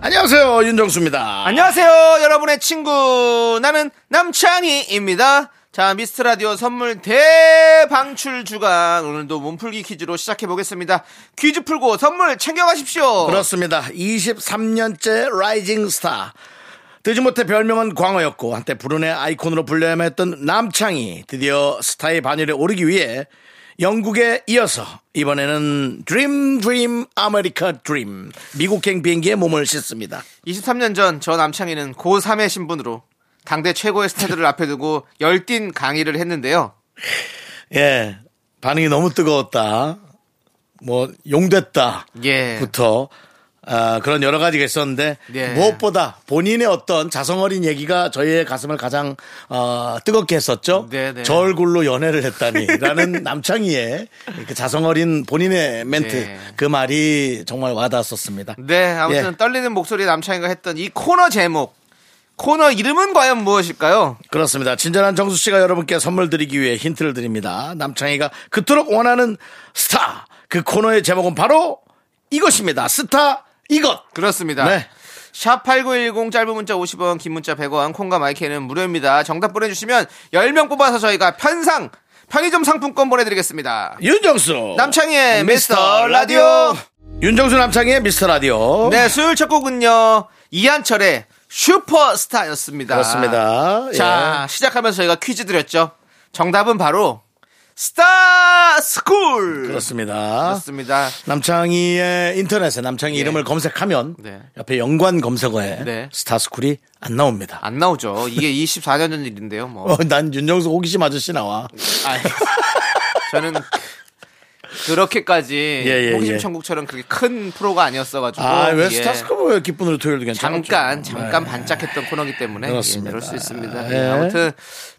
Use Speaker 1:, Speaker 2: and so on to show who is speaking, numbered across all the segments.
Speaker 1: 안녕하세요 윤정수입니다.
Speaker 2: 안녕하세요, 여러분의 친구. 나는 남창희입니다. 자, 미스트 라디오 선물 대방출 주간. 오늘도 몸풀기 퀴즈로 시작해보겠습니다. 퀴즈 풀고 선물 챙겨가십시오.
Speaker 1: 그렇습니다. 23년째 라이징 스타. 되지 못해 별명은 광어였고 한때 불운의 아이콘으로 불려야만 했던 남창이 드디어 스타의 반열에 오르기 위해 영국에 이어서 이번에는 드림 드림 아메리카 드림 미국행 비행기에 몸을 싣습니다.
Speaker 2: 23년 전 저 남창희는 고3의 신분으로 당대 최고의 스타들을 앞에 두고 열띤 강의를 했는데요.
Speaker 1: 예. 반응이 너무 뜨거웠다. 뭐 용됐다.
Speaker 2: 예.
Speaker 1: 부터 아, 그런 여러 가지가 있었는데
Speaker 2: 예.
Speaker 1: 무엇보다 본인의 어떤 자성어린 얘기가 저희의 가슴을 가장 어, 뜨겁게 했었죠.
Speaker 2: 네, 네.
Speaker 1: 저 얼굴로 연애를 했다니라는 남창희의 그 자성어린 본인의 멘트
Speaker 2: 네.
Speaker 1: 그 말이 정말 와닿았었습니다.
Speaker 2: 네, 아무튼
Speaker 1: 예.
Speaker 2: 떨리는 목소리 남창희가 했던 이 코너 제목. 코너 이름은 과연 무엇일까요?
Speaker 1: 그렇습니다. 친절한 정수 씨가 여러분께 선물 드리기 위해 힌트를 드립니다. 남창희가 그토록 원하는 스타 그 코너의 제목은 바로 이것입니다. 스타 이것.
Speaker 2: 그렇습니다.
Speaker 1: 네.
Speaker 2: 샵 8910 짧은 문자 50원 긴 문자 100원 콩과 마이크는 무료입니다. 정답 보내주시면 10명 뽑아서 저희가 편상 편의점 상품권 보내드리겠습니다.
Speaker 1: 윤정수
Speaker 2: 남창희의 미스터 라디오.
Speaker 1: 윤정수 남창희의 미스터 라디오
Speaker 2: 네 수요일 첫 곡은요 이한철의 슈퍼스타였습니다.
Speaker 1: 그렇습니다. 예,
Speaker 2: 자 시작하면서 저희가 퀴즈 드렸죠. 정답은 바로 스타 스쿨
Speaker 1: 그렇습니다.
Speaker 2: 그렇습니다.
Speaker 1: 남창희의 인터넷에 남창희
Speaker 2: 예.
Speaker 1: 이름을 검색하면
Speaker 2: 네.
Speaker 1: 옆에 연관 검색어에
Speaker 2: 네. 아.
Speaker 1: 스타스쿨이 안 나옵니다.
Speaker 2: 안 나오죠. 이게 24년 전 일인데요. 뭐
Speaker 1: 어, 난 윤정수 호기심 아저씨 나와.
Speaker 2: 아니, 저는 그렇게까지
Speaker 1: 예,
Speaker 2: 호기심
Speaker 1: 예.
Speaker 2: 천국처럼 그렇게 큰 프로가 아니었어가지고
Speaker 1: 아 왜
Speaker 2: 예.
Speaker 1: 스타스쿨 기쁜으로 토요일도 괜찮았죠?
Speaker 2: 잠깐 잠깐
Speaker 1: 네.
Speaker 2: 반짝했던 코너기 때문에 예,
Speaker 1: 그렇습니다.
Speaker 2: 그럴 수 있습니다.
Speaker 1: 예.
Speaker 2: 예, 아무튼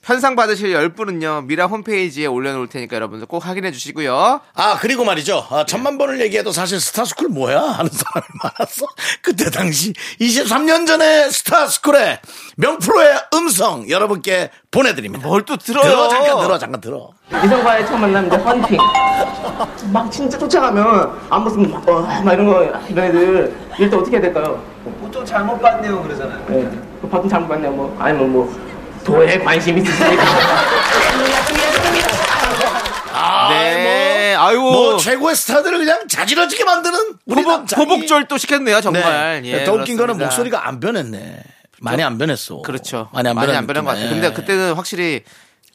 Speaker 2: 편상 받으실 10분은요 미라 홈페이지에 올려놓을 테니까 여러분들 꼭 확인해 주시고요.
Speaker 1: 아 그리고 말이죠
Speaker 2: 예.
Speaker 1: 아, 천만 번을 얘기해도 사실 스타스쿨 뭐야 하는 사람이 많았어 그때 당시 23년 전에 스타스쿨의 명프로의 음성 여러분께 보내드립니다
Speaker 2: 뭘 또 들어요?
Speaker 1: 들어 잠깐 들어 잠깐 들어
Speaker 3: 이성과의 처음 만남인데 헌팅. 막 진짜 쫓아가면 안 봤으면 막, 어, 막 이런 거 이런 애들 이럴 때 어떻게 해야 될까요? 보통 잘못 봤네요 그러잖아요. 네. 보통 잘못 봤네요 뭐 아니면 뭐 도에 관심 있으시니까.
Speaker 1: 아,
Speaker 2: 네,
Speaker 1: 뭐,
Speaker 2: 아이고.
Speaker 1: 뭐 최고의 스타들을 그냥 자지러지게 만드는 우리
Speaker 2: 호복,
Speaker 1: 남자이.
Speaker 2: 호복절 또 시켰네요 정말.
Speaker 1: 네.
Speaker 2: 예,
Speaker 1: 더 웃긴 거는
Speaker 2: 그렇습니다.
Speaker 1: 목소리가 안 변했네 많이 안 변했어
Speaker 2: 그렇죠.
Speaker 1: 많이 안 예. 변한
Speaker 2: 변한 것 같아요.
Speaker 1: 느낌이네.
Speaker 2: 근데 그때는 확실히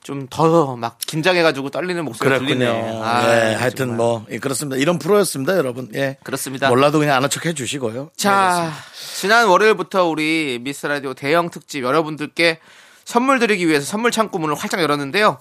Speaker 2: 좀 더 막 긴장해가지고 떨리는 목소리가
Speaker 1: 그랬군요.
Speaker 2: 들리네요. 아,
Speaker 1: 예, 하여튼
Speaker 2: 정말.
Speaker 1: 뭐 예, 그렇습니다. 이런 프로였습니다, 여러분. 예,
Speaker 2: 그렇습니다.
Speaker 1: 몰라도 그냥 아는 척 해주시고요. 네,
Speaker 2: 자, 지난 월요일부터 우리 미스 라디오 대형 특집 여러분들께 선물 드리기 위해서 선물 창고 문을 활짝 열었는데요.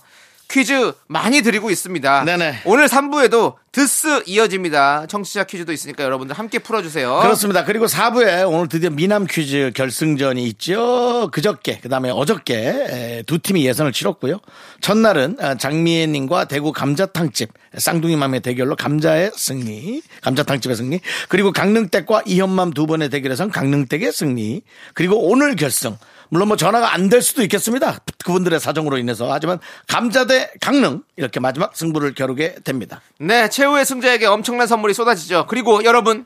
Speaker 2: 퀴즈 많이 드리고 있습니다.
Speaker 1: 네네.
Speaker 2: 오늘 3부에도 드스 이어집니다. 청취자 퀴즈도 있으니까 여러분들 함께 풀어주세요.
Speaker 1: 그렇습니다. 그리고 4부에 오늘 드디어 미남 퀴즈 결승전이 있죠. 그저께, 그 다음에 어저께 에, 두 팀이 예선을 치렀고요. 첫날은 아, 장미애님과 대구 감자탕집 쌍둥이맘의 대결로 감자의 승리, 감자탕집의 승리. 그리고 강릉댁과 이현맘 두 번의 대결에선 강릉댁의 승리. 그리고 오늘 결승. 물론 뭐 전화가 안 될 수도 있겠습니다. 그분들의 사정으로 인해서. 하지만 감자 대 강릉 이렇게 마지막 승부를 겨루게 됩니다.
Speaker 2: 네, 최후의 승자에게 엄청난 선물이 쏟아지죠. 그리고 여러분,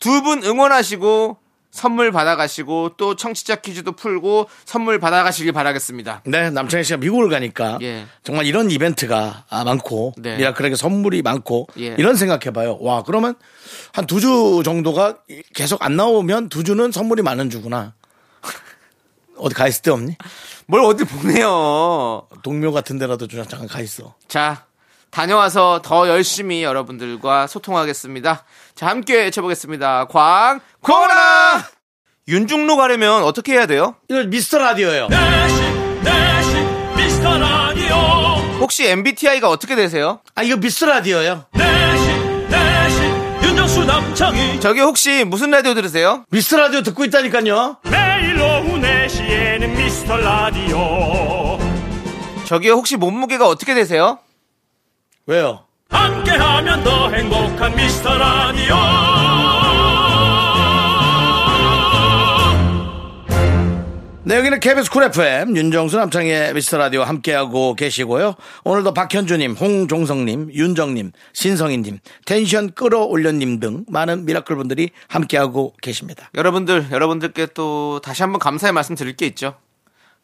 Speaker 2: 두 분 응원하시고 선물 받아가시고 또 청취자 퀴즈도 풀고 선물 받아가시길 바라겠습니다.
Speaker 1: 네, 남창희 씨가 미국을 가니까
Speaker 2: 예.
Speaker 1: 정말 이런 이벤트가 아, 많고
Speaker 2: 네.
Speaker 1: 미라클에게 선물이 많고
Speaker 2: 예.
Speaker 1: 이런 생각해봐요. 와, 그러면 한 두 주 정도가 계속 안 나오면 두 주는 선물이 많은 주구나. 어디 가 있을 데 없니?
Speaker 2: 뭘 어디 보내요.
Speaker 1: 동묘 같은 데라도 좀 잠깐 가 있어.
Speaker 2: 자, 다녀와서 더 열심히 여러분들과 소통하겠습니다. 자, 함께 외쳐보겠습니다. 광, 코나! 윤중로 가려면 어떻게 해야 돼요?
Speaker 1: 이거 미스터 라디오예요.
Speaker 4: 내시 내시 미스터 라디오
Speaker 2: 혹시 MBTI가 어떻게 되세요?
Speaker 1: 아, 이거 미스터 라디오예요.
Speaker 4: 내시 내시 윤정수 남창이
Speaker 2: 저기 혹시 무슨 라디오 들으세요?
Speaker 1: 미스터 라디오 듣고 있다니까요.
Speaker 4: 매일 오후 네 재미있는 미스터 라디오
Speaker 2: 저기 혹시 몸무게가 어떻게 되세요?
Speaker 1: 왜요?
Speaker 4: 함께하면 더 행복한 미스터 라디오
Speaker 1: 네, 여기는 KBS 쿨 FM, 윤정수 남창의 미스터 라디오 함께하고 계시고요. 오늘도 박현주님, 홍종성님, 윤정님, 신성희님, 텐션 끌어올려님 등 많은 미라클 분들이 함께하고 계십니다.
Speaker 2: 여러분들, 여러분들께 또 다시 한번 감사의 말씀 드릴 게 있죠.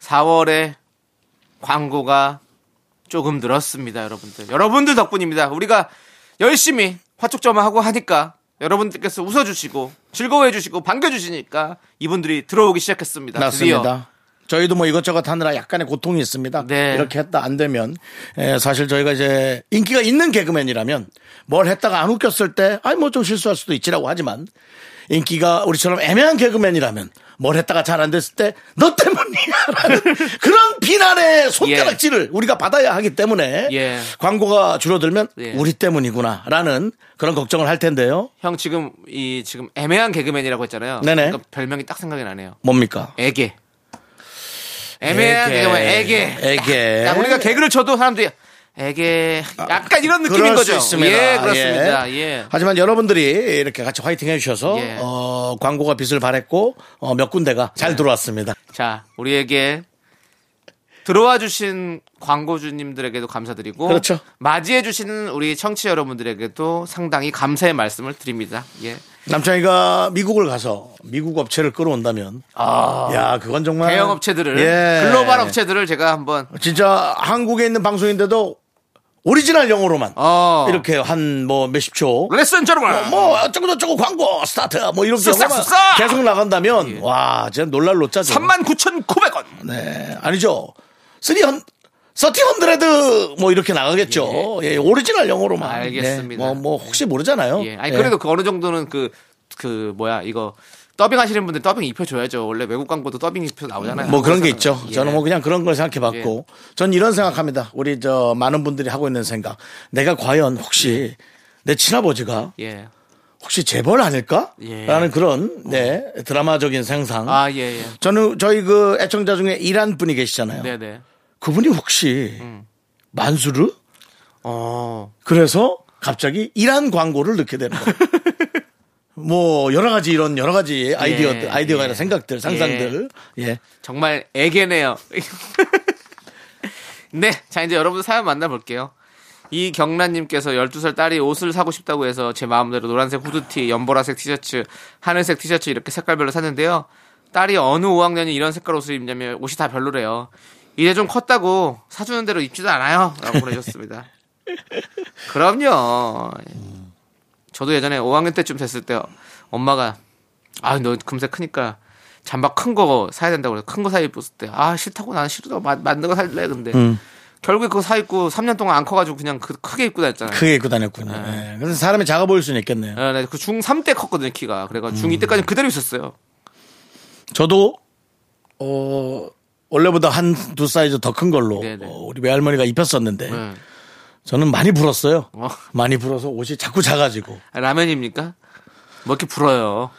Speaker 2: 4월에 광고가 조금 늘었습니다, 여러분들. 여러분들 덕분입니다. 우리가 열심히 화촉점화하고 하니까 여러분들께서 웃어주시고 즐거워해주시고 반겨주시니까 이분들이 들어오기 시작했습니다. 드디어.
Speaker 1: 맞습니다. 저희도 뭐 이것저것 하느라 약간의 고통이 있습니다.
Speaker 2: 네.
Speaker 1: 이렇게 했다 안 되면 에, 사실 저희가 이제 인기가 있는 개그맨이라면 뭘 했다가 안 웃겼을 때 아이 뭐 좀 실수할 수도 있지라고 하지만 인기가 우리처럼 애매한 개그맨이라면 뭘 했다가 잘 안 됐을 때 너 때문이야라는 그런 비난의 손가락질을 우리가 받아야 하기 때문에
Speaker 2: 예.
Speaker 1: 광고가 줄어들면
Speaker 2: 예.
Speaker 1: 우리 때문이구나라는 그런 걱정을 할 텐데요.
Speaker 2: 형 지금 이 지금 애매한 개그맨이라고 했잖아요.
Speaker 1: 네네.
Speaker 2: 그러니까 별명이 딱 생각이 나네요.
Speaker 1: 뭡니까?
Speaker 2: 애게. 애매한
Speaker 1: 애게.
Speaker 2: 개그맨 애게.
Speaker 1: 애게.
Speaker 2: 딱 우리가 개그를 쳐도 사람들이 애게 약간 이런 느낌인
Speaker 1: 아, 그럴
Speaker 2: 거죠.
Speaker 1: 수 있습니다.
Speaker 2: 예, 그렇습니다. 예.
Speaker 1: 하지만 여러분들이 이렇게 같이 화이팅 해주셔서
Speaker 2: 예.
Speaker 1: 어, 광고가 빛을 발했고 어, 몇 군데가
Speaker 2: 네.
Speaker 1: 잘 들어왔습니다.
Speaker 2: 자, 우리에게 들어와 주신 광고주님들에게도 감사드리고
Speaker 1: 그렇죠.
Speaker 2: 맞이해 주시는 우리 청취자 여러분들에게도 상당히 감사의 말씀을 드립니다. 예.
Speaker 1: 남창이가 미국을 가서 미국 업체를 끌어온다면, 야 그건 정말
Speaker 2: 아, 대형 업체들을
Speaker 1: 아. 예.
Speaker 2: 글로벌 업체들을 제가 한번
Speaker 1: 진짜 한국에 있는 방송인데도 오리지널 영어로만
Speaker 2: 어.
Speaker 1: 이렇게 한 뭐 몇십 초.
Speaker 2: 레슨 저러분
Speaker 1: 뭐 어쩌고 저쩌고 광고 스타트 뭐 이렇게
Speaker 2: 쓱싹
Speaker 1: 영어만
Speaker 2: 쓱싹!
Speaker 1: 계속 나간다면
Speaker 2: 예.
Speaker 1: 와 진짜 놀랄 노짜죠.
Speaker 2: 39,900원.
Speaker 1: 네, 아니죠. 쓰리헌 서티헌드레드 뭐 이렇게 나가겠죠. 예, 오리지널 영어로만.
Speaker 2: 알겠습니다.
Speaker 1: 네, 뭐, 뭐 혹시 모르잖아요.
Speaker 2: 예. 아니 그래도 그 어느 정도는 그 그 뭐야 이거 더빙 하시는 분들 더빙 입혀 줘야죠. 원래 외국 광고도 더빙 입혀 나오잖아요.
Speaker 1: 뭐 그런 게
Speaker 2: 한국에서는.
Speaker 1: 있죠. 저는
Speaker 2: 예.
Speaker 1: 뭐 그냥 그런 걸 생각해 봤고, 전 이런 생각합니다. 우리 저 많은 분들이 하고 있는 생각. 내가 과연 혹시 내 친아버지가
Speaker 2: 예.
Speaker 1: 혹시 재벌 아닐까?
Speaker 2: 예.
Speaker 1: 라는 그런 네 드라마적인 생상.
Speaker 2: 아, 예, 예.
Speaker 1: 저는 저희 그 애청자 중에 이란 분이 계시잖아요.
Speaker 2: 네, 음. 네.
Speaker 1: 그분이 혹시 만수르?
Speaker 2: 어.
Speaker 1: 그래서 갑자기 이란 광고를 넣게 되는 거예요. 뭐 여러 가지 이런 여러 가지 아이디어
Speaker 2: 예,
Speaker 1: 아이디어가
Speaker 2: 예.
Speaker 1: 아니라 생각들 상상들 예
Speaker 2: 정말 애게네요. 네. 자, 이제 여러분들 사연 만나볼게요. 이 경란님께서 12살 딸이 옷을 사고 싶다고 해서 제 마음대로 노란색 후드티, 연보라색 티셔츠, 하늘색 티셔츠 이렇게 색깔별로 샀는데요. 딸이 어느 5학년이 이런 색깔 옷을 입냐며 옷이 다 별로래요. 이제 좀 컸다고 사주는 대로 입지도 않아요. 라고 보내주셨습니다. 그럼요. 저도 예전에 5학년 때쯤 됐을 때 엄마가 아 너 금세 크니까 잠바 큰 거 사야 된다고 그래서 큰 거 사 입었을 때 아 싫다고 나는 싫어 마- 만든 거 살래 근데 결국에 그거 사 입고 3년 동안 안 커가지고 그냥 그 크게 입고 다녔잖아요.
Speaker 1: 크게 입고 다녔군요. 예. 그래서 사람이 작아 보일 수는 있겠네요.
Speaker 2: 예, 네, 그중 3 때 컸거든요 키가 그래가 중2 때까지 그대로 있었어요.
Speaker 1: 저도 어 원래보다 한 두 사이즈 더 큰 걸로
Speaker 2: 네네.
Speaker 1: 어, 우리 외할머니가 입혔었는데
Speaker 2: 네.
Speaker 1: 저는 많이 불었어요.
Speaker 2: 어.
Speaker 1: 많이 불어서 옷이 자꾸 작아지고
Speaker 2: 아, 라면입니까? 뭐 이렇게 불어요.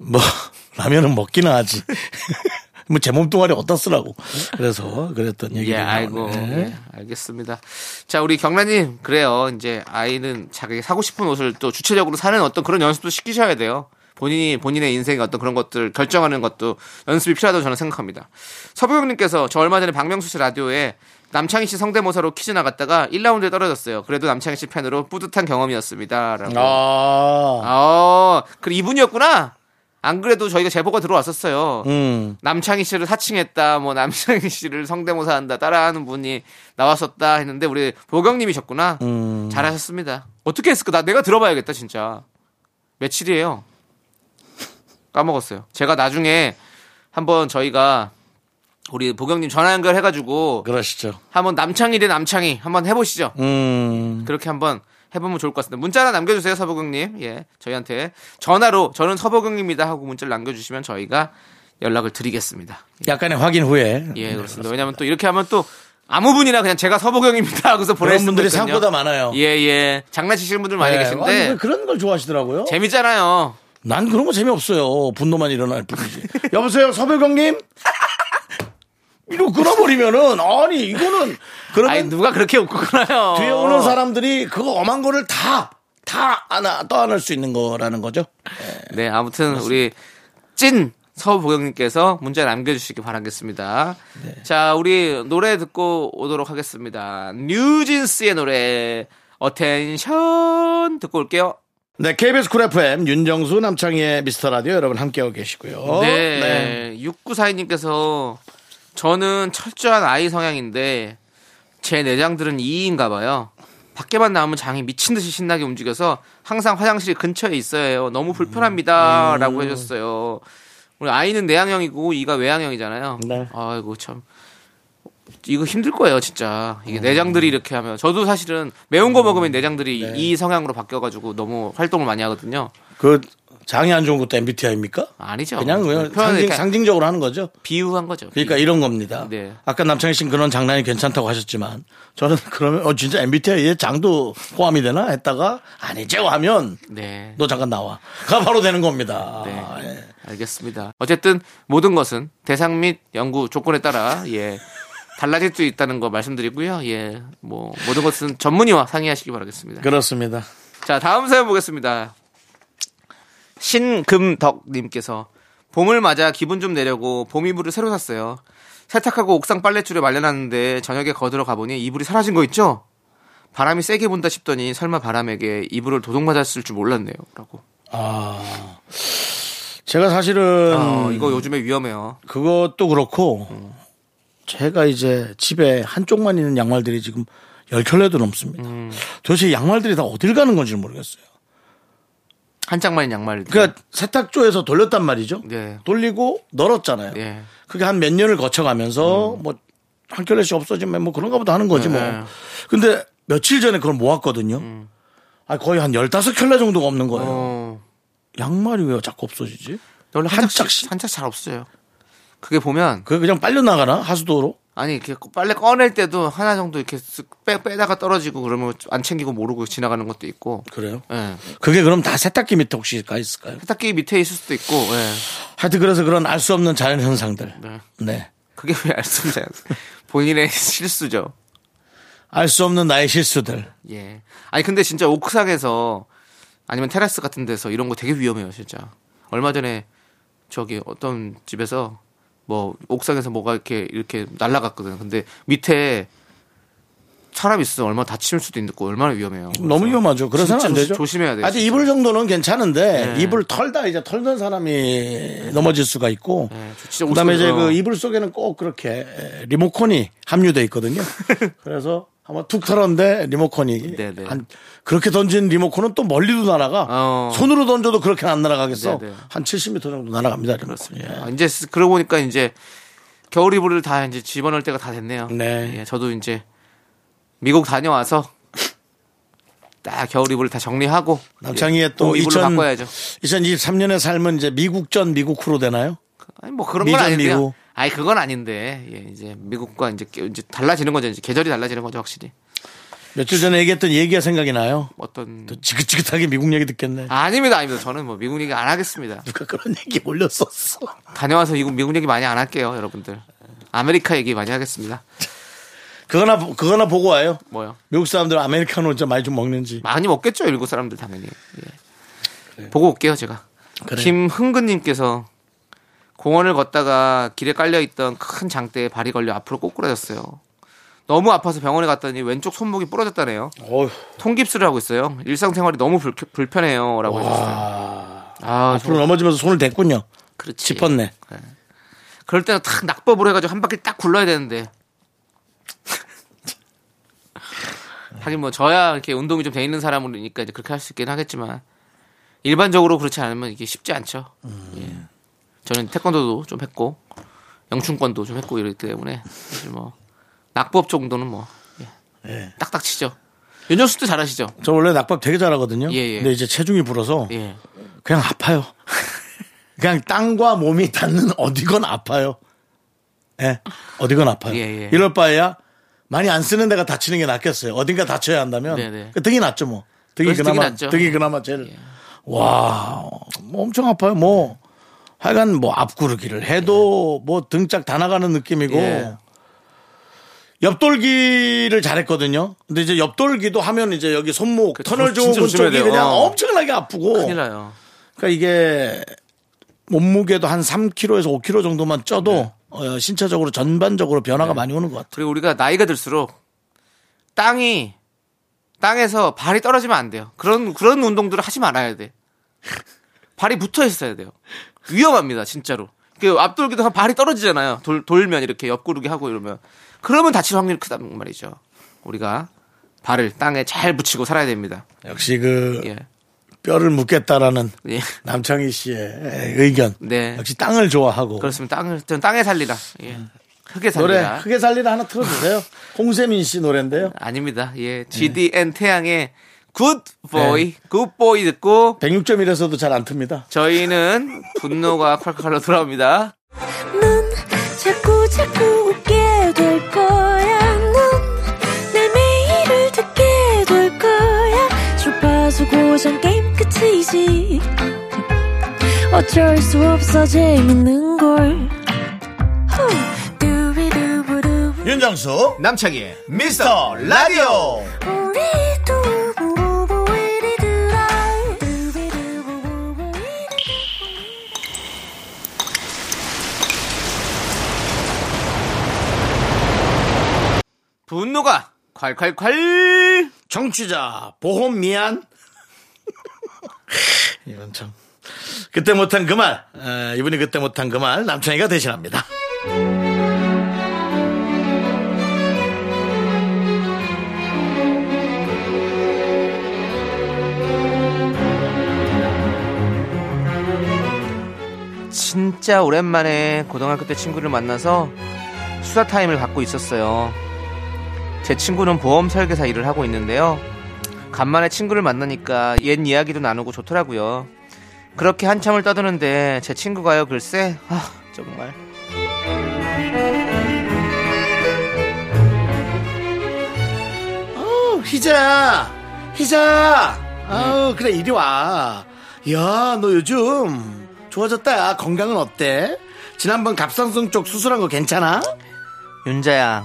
Speaker 1: 뭐 라면은 먹기는 하지. 뭐 제 몸뚱아리 어디다 쓰라고 그래서 그랬던 얘기
Speaker 2: 예, 아이고. 예, 알겠습니다. 자, 우리 경란님, 그래요. 이제 아이는 자기 사고 싶은 옷을 또 주체적으로 사는 어떤 그런 연습도 시키셔야 돼요. 본인이 본인의 인생의 어떤 그런 것들 결정하는 것도 연습이 필요하다고 저는 생각합니다. 서부경님께서 저 얼마 전에 박명수 씨 라디오에 남창희 씨 성대모사로 퀴즈 나갔다가 1라운드에 떨어졌어요. 그래도 남창희 씨 팬으로 뿌듯한 경험이었습니다. 라고.
Speaker 1: 아,
Speaker 2: 아, 그 이분이었구나. 안 그래도 저희가 제보가 들어왔었어요.
Speaker 1: 음.
Speaker 2: 남창희 씨를 사칭했다, 뭐 남창희 씨를 성대모사한다, 따라하는 분이 나왔었다 했는데 우리 보경님이셨구나. 잘하셨습니다. 어떻게 했을까? 나 내가 들어봐야겠다 진짜. 며칠이에요. 까먹었어요. 제가 나중에 한번 저희가 우리 보경님 전화 연결해가지고
Speaker 1: 그러시죠.
Speaker 2: 한번 남창희 대 남창희 한번 해보시죠.
Speaker 1: 음.
Speaker 2: 그렇게 한번 해보면 좋을 것 같습니다. 문자 하나 남겨주세요, 서보경님. 예, 저희한테 전화로 저는 서보경입니다 하고 문자를 남겨주시면 저희가 연락을 드리겠습니다.
Speaker 1: 약간의 확인 후에 네.
Speaker 2: 예, 그렇습니다. 왜냐하면 또 이렇게 하면 또 아무 분이나 그냥 제가 서보경입니다 하고서
Speaker 1: 그런
Speaker 2: 보내는
Speaker 1: 분들이 생각보다 많아요.
Speaker 2: 예, 예. 장난치시는 분들 많이
Speaker 1: 네. 아니,
Speaker 2: 계신데
Speaker 1: 왜 그런 걸 좋아하시더라고요.
Speaker 2: 재밌잖아요.
Speaker 1: 난 그런 거 재미없어요. 분노만 일어날 뿐이지. 여보세요, 서별경님? 이거 끊어버리면은 아니 이거는
Speaker 2: 아니
Speaker 1: 그러면
Speaker 2: 누가 그렇게 웃고 그나요?
Speaker 1: 뒤에 오는 사람들이 그거 엄한 거를 다 다 안아 떠안을 수 있는 거라는 거죠.
Speaker 2: 네, 아무튼 우리 찐 서보경님께서 문제 남겨주시기 바라겠습니다. 자, 우리 노래 듣고 오도록 하겠습니다. 뉴진스의 노래 어텐션 듣고 올게요.
Speaker 1: 네, KBS 쿨 FM 윤정수 남창희의 미스터 라디오 여러분 함께하고 계시고요.
Speaker 2: 네, 6942님께서 저는 철저한 아이 성향인데 제 내장들은 2인가 봐요. 밖에만 나오면 장이 미친 듯이 신나게 움직여서 항상 화장실 근처에 있어야 해요. 너무
Speaker 1: 음.
Speaker 2: 불편합니다라고 해줬어요. 우리 아이는 내향형이고 이가 외향형이잖아요.
Speaker 1: 네.
Speaker 2: 아이고 참 이거 힘들 거예요 진짜
Speaker 1: 음.
Speaker 2: 이게 내장들이 이렇게 하면 저도 사실은 매운 거 먹으면 내장들이
Speaker 1: 네.
Speaker 2: 이 성향으로 바뀌어가지고 너무 활동을 많이 하거든요.
Speaker 1: 그 장이 안 좋은 것도 MBTI입니까?
Speaker 2: 아니죠. 그렇죠. 네,
Speaker 1: 그냥 그냥
Speaker 2: 표현을
Speaker 1: 상징,
Speaker 2: 이렇게
Speaker 1: 상징적으로 하는 거죠.
Speaker 2: 비유한 거죠.
Speaker 1: 그러니까 이런 겁니다.
Speaker 2: 네.
Speaker 1: 아까 남창희 씨는 그런 장난이 괜찮다고 하셨지만 저는 그러면 어 진짜 MBTI에 장도 포함이 되나 했다가 아니죠 하면
Speaker 2: 네.
Speaker 1: 너 잠깐 나와. 가 바로 되는 겁니다.
Speaker 2: 네.
Speaker 1: 예.
Speaker 2: 알겠습니다. 어쨌든 모든 것은 대상 및 연구 조건에 따라 예. 달라질 수 있다는 거 말씀드리고요. 예. 뭐 모든 것은 전문의와 상의하시기 바라겠습니다.
Speaker 1: 그렇습니다.
Speaker 2: 자, 다음 사연 보겠습니다. 신금덕님께서 봄을 맞아 기분 좀 내려고 봄 이불을 새로 샀어요. 세탁하고 옥상 빨래줄에 말려놨는데 저녁에 거들어 가보니 이불이 사라진 거 있죠? 바람이 세게 분다 싶더니 설마 바람에게 이불을 도둑맞았을 줄 몰랐네요. 라고.
Speaker 1: 아 제가 사실은
Speaker 2: 아, 이거 요즘에 위험해요.
Speaker 1: 그것도 그렇고 제가 이제 집에 한쪽만 있는 양말들이 지금 열 켤레도 넘습니다.
Speaker 2: 음.
Speaker 1: 도대체 이 양말들이 다 어딜 가는 건지 모르겠어요.
Speaker 2: 한 짝만인 양말.
Speaker 1: 그러니까 세탁조에서 돌렸단 말이죠.
Speaker 2: 네.
Speaker 1: 돌리고 널었잖아요.
Speaker 2: 예.
Speaker 1: 그게 한 몇 년을 거쳐가면서 뭐 한 켤레씩 없어지면 뭐 그런가 보다 하는 거지 뭐.
Speaker 2: 음. 네. 음.
Speaker 1: 근데 며칠 전에 그걸 모았거든요. 아, 거의 한 15켤레 정도가 없는 거예요.
Speaker 2: 어,
Speaker 1: 양말이 왜 자꾸 없어지지?
Speaker 2: 원래
Speaker 1: 한
Speaker 2: 한
Speaker 1: 짝씩?
Speaker 2: 짝씩 한 짝 잘 없어요. 그게 보면
Speaker 1: 그게 그냥 빨려 나가나? 하수도로?
Speaker 2: 아니 이렇게 빨래 꺼낼 때도 하나 정도 이렇게 쓱 빼, 빼다가 떨어지고 그러면 안 챙기고 모르고 지나가는 것도 있고.
Speaker 1: 그래요?
Speaker 2: 예.
Speaker 1: 그게 그럼 다 세탁기 밑에 혹시 가 있을까요?
Speaker 2: 세탁기 밑에 있을 수도 있고. 예.
Speaker 1: 하여튼 그래서 그런 알 수 없는 자연 현상들.
Speaker 2: 네.
Speaker 1: 네.
Speaker 2: 그게 왜 알 수 없나요? 본인의 실수죠.
Speaker 1: 알 수 없는 나의 실수들.
Speaker 2: 예. 아니 근데 진짜 옥상에서 아니면 테라스 같은 데서 이런 거 되게 위험해요, 진짜. 얼마 전에 저기 어떤 집에서 뭐 옥상에서 뭐가 이렇게 이렇게 날아갔거든. 근데 밑에 사람 있으면 얼마나 다칠 수도 있고 얼마나 위험해요.
Speaker 1: 너무
Speaker 2: 그래서
Speaker 1: 위험하죠.
Speaker 2: 그렇죠.
Speaker 1: 그래서는
Speaker 2: 진짜 조심-
Speaker 1: 안 되죠.
Speaker 2: 조심해야 돼요.
Speaker 1: 아직
Speaker 2: 진짜.
Speaker 1: 이불 정도는 괜찮은데
Speaker 2: 네.
Speaker 1: 이불 털다 이제 털던 사람이 넘어질 수가 있고
Speaker 2: 네, 저 진짜
Speaker 1: 그다음에 이제
Speaker 2: 웃으면서.
Speaker 1: 그 이불 속에는 꼭 그렇게 리모컨이 함유돼 있거든요. 그래서 한번 툭 털었는데 리모컨이
Speaker 2: 네, 네.
Speaker 1: 한 그렇게 던진 리모컨은 또 멀리도 날아가
Speaker 2: 어.
Speaker 1: 손으로 던져도 그렇게 안 날아가겠어.
Speaker 2: 네, 네.
Speaker 1: 한 70m 정도 날아갑니다. 리모컨이. 예.
Speaker 2: 아, 이제 쓰- 그러고 보니까 이제 겨울 이불을 다 이제 집어넣을 때가 다 됐네요.
Speaker 1: 네.
Speaker 2: 예, 저도 이제 미국 다녀와서 딱 겨울 이불을 다 정리하고
Speaker 1: 남창희의
Speaker 2: 이제
Speaker 1: 또
Speaker 2: 봄 이불로
Speaker 1: 2000
Speaker 2: 바꿔야죠.
Speaker 1: 2023년의 삶은 이제 미국 전 미국 후로 되나요?
Speaker 2: 아니 뭐 그런
Speaker 1: 미전
Speaker 2: 건 아닌데요.
Speaker 1: 미국.
Speaker 2: 아니 그건 아닌데 예, 이제 미국과 이제 깨- 이제 달라지는 거죠. 이제 계절이 달라지는 거죠 확실히. 뭐
Speaker 1: 며칠 전에 얘기했던 얘기가 생각이 나요.
Speaker 2: 어떤
Speaker 1: 또 지긋지긋하게 미국 얘기 듣겠네.
Speaker 2: 아닙니다, 아닙니다. 저는 뭐 미국 얘기 안 하겠습니다.
Speaker 1: 누가 그런 얘기 올렸었어.
Speaker 2: 다녀와서 이거 미국 얘기 많이 안 할게요, 여러분들. 아메리카 얘기 많이 하겠습니다.
Speaker 1: 그거나 보- 그거나 보고 와요.
Speaker 2: 뭐요?
Speaker 1: 미국 사람들 아메리카노 진짜 많이 좀 먹는지.
Speaker 2: 많이 먹겠죠 일곱 사람들 당연히 예. 보고 올게요 제가
Speaker 1: 그래요.
Speaker 2: 김흥근님께서 공원을 걷다가 길에 깔려있던 큰 장대에 발이 걸려 앞으로 꼬꾸라졌어요 너무 아파서 병원에 갔더니 왼쪽 손목이 부러졌다네요
Speaker 1: 어휴,
Speaker 2: 통깁스를 하고 있어요 일상생활이 너무 불, 불편해요 라고 해주셨어요 아
Speaker 1: 앞으로 넘어지면서 손을 댔군요.
Speaker 2: 그렇지
Speaker 1: 짚었네.
Speaker 2: 그럴 때는 탁 낙법으로 해가지고 한 바퀴 딱 굴러야 되는데 하긴 뭐 저야 이렇게 운동이 좀 돼 있는 사람이니까 이제 그렇게 할 수 있긴 하겠지만 일반적으로 그렇지 않으면 이게 쉽지 않죠. 예. 저는 태권도도 좀 했고 영춘권도 좀 했고 이렇기 때문에 사실 뭐 낙법 정도는 뭐 예.
Speaker 1: 예.
Speaker 2: 딱딱 치죠. 윤정수도 잘하시죠.
Speaker 1: 저 원래 낙법 되게 잘하거든요.
Speaker 2: 예, 예.
Speaker 1: 근데 이제 체중이 불어서
Speaker 2: 예.
Speaker 1: 그냥 아파요. 그냥 땅과 몸이 닿는 어디건 아파요. 예. 어디건 아파요.
Speaker 2: 예, 예.
Speaker 1: 이럴 바에야 많이 안 쓰는 데가 다치는 게 낫겠어요. 어딘가 다쳐야 한다면
Speaker 2: 네, 네.
Speaker 1: 그 등이 낫죠 뭐. 등이
Speaker 2: 그래서 등이 예.
Speaker 1: 그나마
Speaker 2: 낫죠.
Speaker 1: 등이, 그나마 제일 와, 뭐 엄청 아파요. 뭐 하여간 뭐 앞구르기를 해도 뭐 등짝 다 나가는 느낌이고
Speaker 2: 예.
Speaker 1: 옆돌기를 잘했거든요. 근데 이제 옆돌기도 하면 이제 여기 손목 터널
Speaker 2: 진짜
Speaker 1: 좁은
Speaker 2: 그 조심해야
Speaker 1: 쪽이
Speaker 2: 돼요.
Speaker 1: 그냥
Speaker 2: 어.
Speaker 1: 엄청나게 아프고
Speaker 2: 큰일 나요.
Speaker 1: 그러니까 이게 몸무게도 한 3kg에서 5kg 정도만 쪄도
Speaker 2: 네.
Speaker 1: 어, 신체적으로 전반적으로 변화가 많이 오는 것 같아요.
Speaker 2: 그리고 우리가 나이가 들수록 땅이 땅에서 발이 떨어지면 안 돼요. 그런 그런 운동들을 하지 말아야 돼. 발이 붙어 있어야 돼요. 위험합니다, 진짜로. 그 앞돌기도 한 발이 떨어지잖아요. 돌, 돌면 이렇게 옆구르기 하고 이러면 그러면 다칠 확률이 크단 말이죠. 우리가 발을 땅에 잘 붙이고 살아야 됩니다.
Speaker 1: 역시 그
Speaker 2: 예.
Speaker 1: 뼈를 묻겠다라는
Speaker 2: 예.
Speaker 1: 남창희 씨의 의견.
Speaker 2: 네.
Speaker 1: 역시 땅을 좋아하고.
Speaker 2: 그렇습니다. 땅을 전 땅에 살리라. 예. 흙에
Speaker 1: 노래
Speaker 2: 살리라.
Speaker 1: 크게 살리라 하나 틀어주세요. 홍세민 씨 노래인데요.
Speaker 2: 아닙니다. 예.
Speaker 1: 네.
Speaker 2: GDN 태양의 굿보이, 굿보이 듣고
Speaker 1: 106.1에서도 잘 안 틉니다.
Speaker 2: 저희는 분노가 콸콸콸로 돌아옵니다.
Speaker 5: 넌 자꾸 자꾸 웃게 될 거야. 넌내 매일을 듣게 될 거야. 주파수 고정 게임 끝이지. 어쩔 수 없어 재밌는 걸. 후. 두비두부두.
Speaker 1: 윤정수
Speaker 2: 남창희의 미스터 라디오
Speaker 5: 우리 두부부부 우리들아. 두비두부부부 우리들아.
Speaker 2: 분노가 콸콸콸
Speaker 1: 정취자 보험 미안. 이건 참 그때 못한 그 말. 에, 이분이 그때 못한 그 말 남창희가 대신합니다.
Speaker 2: 진짜 오랜만에 고등학교 때 친구를 만나서 수다 타임을 갖고 있었어요 제 친구는 보험 설계사 일을 하고 있는데요 간만에 친구를 만나니까 옛 이야기도 나누고 좋더라고요 그렇게 한참을 떠드는데 제 친구가요 글쎄 아 정말
Speaker 1: 어, 희자야, 희자.
Speaker 2: 음.
Speaker 1: 아우 그래 이리 와. 야, 너 요즘 좋아졌다. 건강은 어때? 지난번 갑상선 쪽 수술한 거 괜찮아?
Speaker 2: 윤자야,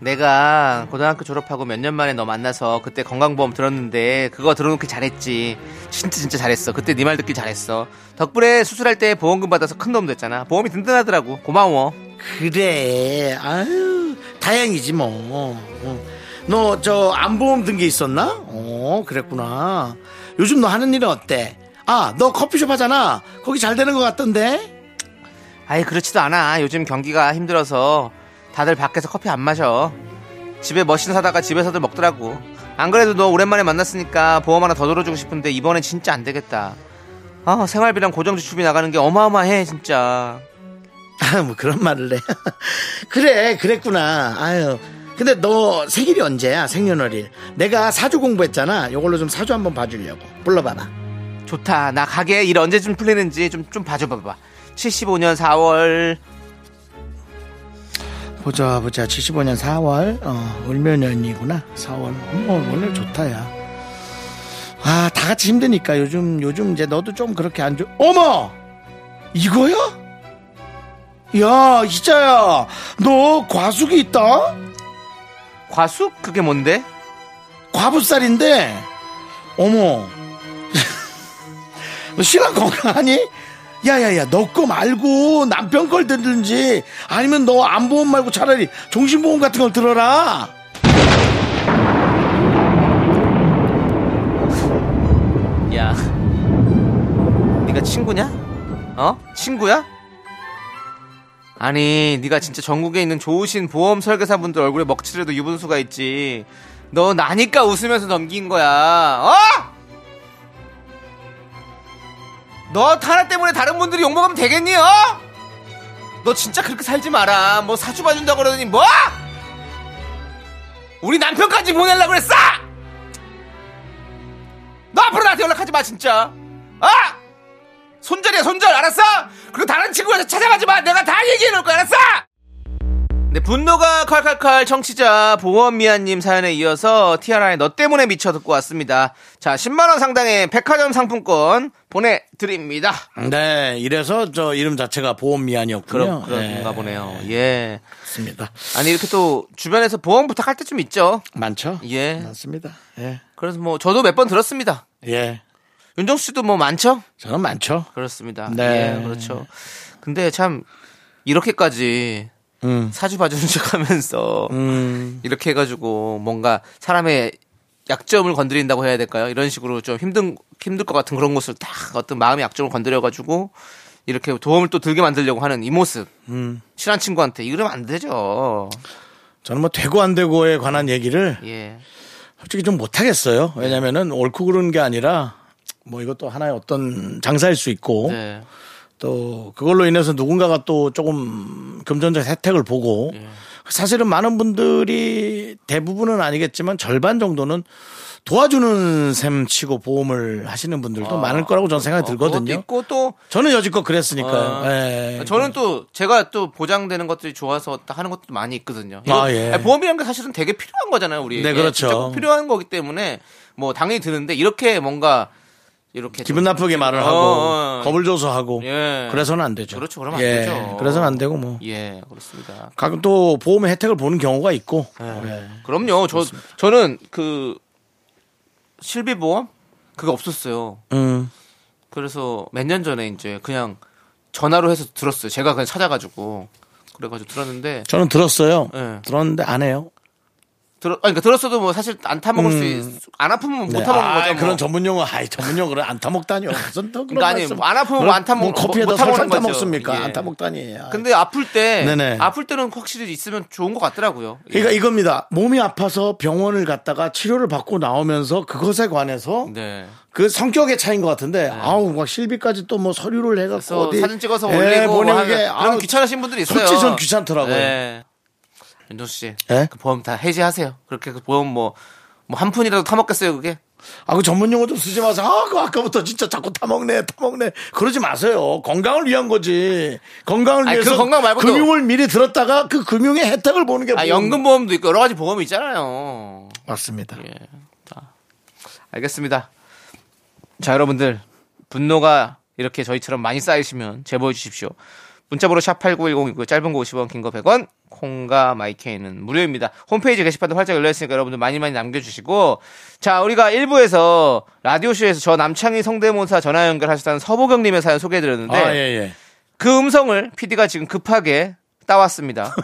Speaker 2: 내가 고등학교 졸업하고 몇 년 만에 너 만나서 그때 건강보험 들었는데 그거 들어놓기 잘했지. 진짜 진짜 잘했어. 그때 네 말 듣기 잘했어. 덕분에 수술할 때 보험금 받아서 큰 도움 됐잖아. 보험이 든든하더라고. 고마워.
Speaker 1: 그래. 아유, 다행이지 뭐. 너 저 안보험 든 게 있었나? 어, 그랬구나. 요즘 너 하는 일은 어때? 아, 너 커피숍 하잖아. 거기 잘 되는 것 같던데.
Speaker 2: 아이 그렇지도 않아. 요즘 경기가 힘들어서 다들 밖에서 커피 안 마셔. 집에 머신 사다가 집에서들 먹더라고. 안 그래도 너 오랜만에 만났으니까 보험 하나 더 들어주고 싶은데 이번엔 진짜 안 되겠다. 아 생활비랑 고정지출비 나가는 게 어마어마해 진짜.
Speaker 1: 아, 뭐 그런 말을 해. 그래, 그랬구나. 아유. 근데 너 생일이 언제야? 생년월일. 내가 사주 공부했잖아. 요걸로 좀 사주 한번 봐주려고. 불러봐라.
Speaker 2: 좋다. 나 가게 일 언제쯤 풀리는지 좀, 좀 봐줘봐봐. 75년 4월.
Speaker 1: 보자, 보자. 75년 4월. 어, 을묘년이구나. 4월. 어, 원래 좋다, 야. 아, 다 같이 힘드니까 요즘, 요즘 이제 너도 좀 그렇게 안 좋, 어머! 이거야? 야, 희자야. 너 과숙이 있다?
Speaker 2: 과숙? 그게 뭔데?
Speaker 1: 과부살인데, 어머. 너 신랑 건강하니? 야야야 너 거 말고 남편 걸 들든지 아니면 너 안보험 말고 차라리 정신보험 같은 걸 들어라
Speaker 2: 야. 네가 친구냐? 어? 친구야? 아니, 네가 진짜 전국에 있는 좋으신 보험 설계사분들 얼굴에 먹칠해도 유분수가 있지. 너 나니까 웃으면서 넘긴 거야. 어? 너 하나 때문에 다른 분들이 욕먹으면 되겠니? 어? 너 진짜 그렇게 살지 마라. 뭐 사주 봐준다 그러더니 뭐? 우리 남편까지 보내려고 그랬어! 너 앞으로 나한테 연락하지 마 진짜 아 손절이야 손절 알았어 그리고 다른 친구한테 찾아가지 마 내가 다 얘기해 놓을 거야 알았어 네, 분노가 칼칼칼 청취자 보험미아님 사연에 이어서 티아라의 너 때문에 미쳐 듣고 왔습니다. 자, 10만원 상당의 백화점 상품권 보내드립니다.
Speaker 1: 네, 이래서 저 이름 자체가 보험
Speaker 2: 그런,
Speaker 1: 미안이었군요.
Speaker 2: 그런가
Speaker 1: 네,
Speaker 2: 보네요. 예.
Speaker 1: 맞습니다.
Speaker 2: 아니, 이렇게 또 주변에서 보험 부탁할 때 좀 있죠.
Speaker 1: 많죠?
Speaker 2: 예.
Speaker 1: 맞습니다. 예.
Speaker 2: 그래서 뭐 저도 몇 번 들었습니다.
Speaker 1: 예.
Speaker 2: 윤정수 씨도 뭐 많죠?
Speaker 1: 저는 많죠.
Speaker 2: 그렇습니다.
Speaker 1: 네.
Speaker 2: 예, 그렇죠. 근데 참 이렇게까지
Speaker 1: 음.
Speaker 2: 사주 봐주는 척 하면서
Speaker 1: 음.
Speaker 2: 이렇게 해가지고 뭔가 사람의 약점을 건드린다고 해야 될까요? 이런 식으로 좀 힘든 힘들 것 같은 그런 것을 딱 어떤 마음의 약점을 건드려가지고 이렇게 도움을 또 들게 만들려고 하는 이 모습
Speaker 1: 음.
Speaker 2: 친한 친구한테 이러면 안 되죠.
Speaker 1: 저는 뭐 되고 안 되고에 관한 얘기를
Speaker 2: 예,
Speaker 1: 솔직히 좀 못하겠어요. 왜냐면은 옳고 그른 게 아니라 뭐 이것도 하나의 어떤 장사일 수 있고
Speaker 2: 네,
Speaker 1: 또 그걸로 인해서 누군가가 또 조금 금전적 혜택을 보고
Speaker 2: 예.
Speaker 1: 사실은 많은 분들이 대부분은 아니겠지만 절반 정도는 도와주는 셈 치고 보험을 하시는 분들도 많을 거라고 저는 생각이
Speaker 2: 아, 어, 그것도
Speaker 1: 들거든요.
Speaker 2: 있고 또
Speaker 1: 저는 여지껏 그랬으니까요.
Speaker 2: 아,
Speaker 1: 예.
Speaker 2: 저는 또 제가 또 보장되는 것들이 좋아서 딱 하는 것도 많이 있거든요.
Speaker 1: 아, 예.
Speaker 2: 아니, 보험이라는 게 사실은 되게 필요한 거잖아요, 우리. 예,
Speaker 1: 네, 그렇죠.
Speaker 2: 필요한 거기 때문에 뭐 당연히 드는데 이렇게 뭔가 이렇게
Speaker 1: 기분
Speaker 2: 좀-
Speaker 1: 나쁘게 말을 하고
Speaker 2: 어, 어.
Speaker 1: 겁을 줘서 하고
Speaker 2: 예.
Speaker 1: 그래서는 안 되죠.
Speaker 2: 그렇죠. 그러면
Speaker 1: 예,
Speaker 2: 안 되죠.
Speaker 1: 그래서는 안 되고 뭐
Speaker 2: 예, 그렇습니다.
Speaker 1: 가끔 또 보험의 혜택을 보는 경우가 있고 예.
Speaker 2: 그럼요. 저 저는 그 실비 보험 그거 없었어요.
Speaker 1: 음.
Speaker 2: 그래서 몇 년 전에 이제 그냥 전화로 해서 들었어요. 제가 그냥 찾아가지고 그래가지고 들었는데
Speaker 1: 저는 들었어요.
Speaker 2: 예.
Speaker 1: 들었는데 안 해요.
Speaker 2: 들어 아니 그러니까 들었어도 뭐 사실 안 타먹을 수 안 아프면 못 타먹는
Speaker 1: 음. 네. 아이,
Speaker 2: 거죠. 뭐.
Speaker 1: 그런 전문 용어, 아이, 전문 용어를 안 타먹다니요. 무슨 또 그런
Speaker 2: 그러니까 아니,
Speaker 1: 말씀.
Speaker 2: 안 아프면
Speaker 1: 그럼
Speaker 2: 안 타먹-
Speaker 1: 뭐 커피에다
Speaker 2: 못 타먹는
Speaker 1: 설탕
Speaker 2: 거죠.
Speaker 1: 타먹습니까?
Speaker 2: 예.
Speaker 1: 안 타먹다니. 아이.
Speaker 2: 근데 아플 때
Speaker 1: 네네.
Speaker 2: 아플 때는 확실히 있으면 좋은 것 같더라고요. 예.
Speaker 1: 그러니까 이겁니다. 몸이 아파서 병원을 갔다가 치료를 받고 나오면서 그것에 관해서
Speaker 2: 네.
Speaker 1: 그 성격의 차이인 것 같은데 아우 막 실비까지 또 뭐 서류를 해갖고
Speaker 2: 그래서
Speaker 1: 어디
Speaker 2: 사진 찍어서
Speaker 1: 예,
Speaker 2: 올리고 뭐
Speaker 1: 보내는
Speaker 2: 하면
Speaker 1: 게
Speaker 2: 그런
Speaker 1: 아우
Speaker 2: 귀찮으신 분들이 있어요.
Speaker 1: 솔직히 전 귀찮더라고요.
Speaker 2: 네. 윤종 씨,
Speaker 1: 예?
Speaker 2: 그 보험 다 해지하세요. 그렇게 그 보험 뭐 뭐 한 푼이라도 타먹겠어요 그게.
Speaker 1: 아 그 전문 용어 좀 쓰지 마세요. 아 그 아까부터 진짜 자꾸 타먹네 타먹네 그러지 마세요. 건강을 위한 거지. 건강을
Speaker 2: 아니, 그
Speaker 1: 위해서
Speaker 2: 건강 말고도-
Speaker 1: 금융을 미리 들었다가 그 금융의 혜택을 보는 게뭐
Speaker 2: 아
Speaker 1: 보험.
Speaker 2: 연금 보험도 있고 여러 가지 보험이 있잖아요.
Speaker 1: 맞습니다.
Speaker 2: 예. 자, 알겠습니다. 자, 여러분들. 분노가 이렇게 저희처럼 많이 쌓이시면 제보해 주십시오. 문자번호 샵8910이고 짧은 거 50원, 긴 거 100원, 콩과 마이케이는 무료입니다. 홈페이지 게시판도 활짝 열려있으니까 여러분들 많이 많이 남겨주시고. 자, 우리가 1부에서 라디오쇼에서 저 남창희 성대모사 전화 연결하셨다는 서보경님의 사연 소개해드렸는데
Speaker 1: 아, 예, 예.
Speaker 2: 그 음성을 PD가 지금 급하게 따왔습니다.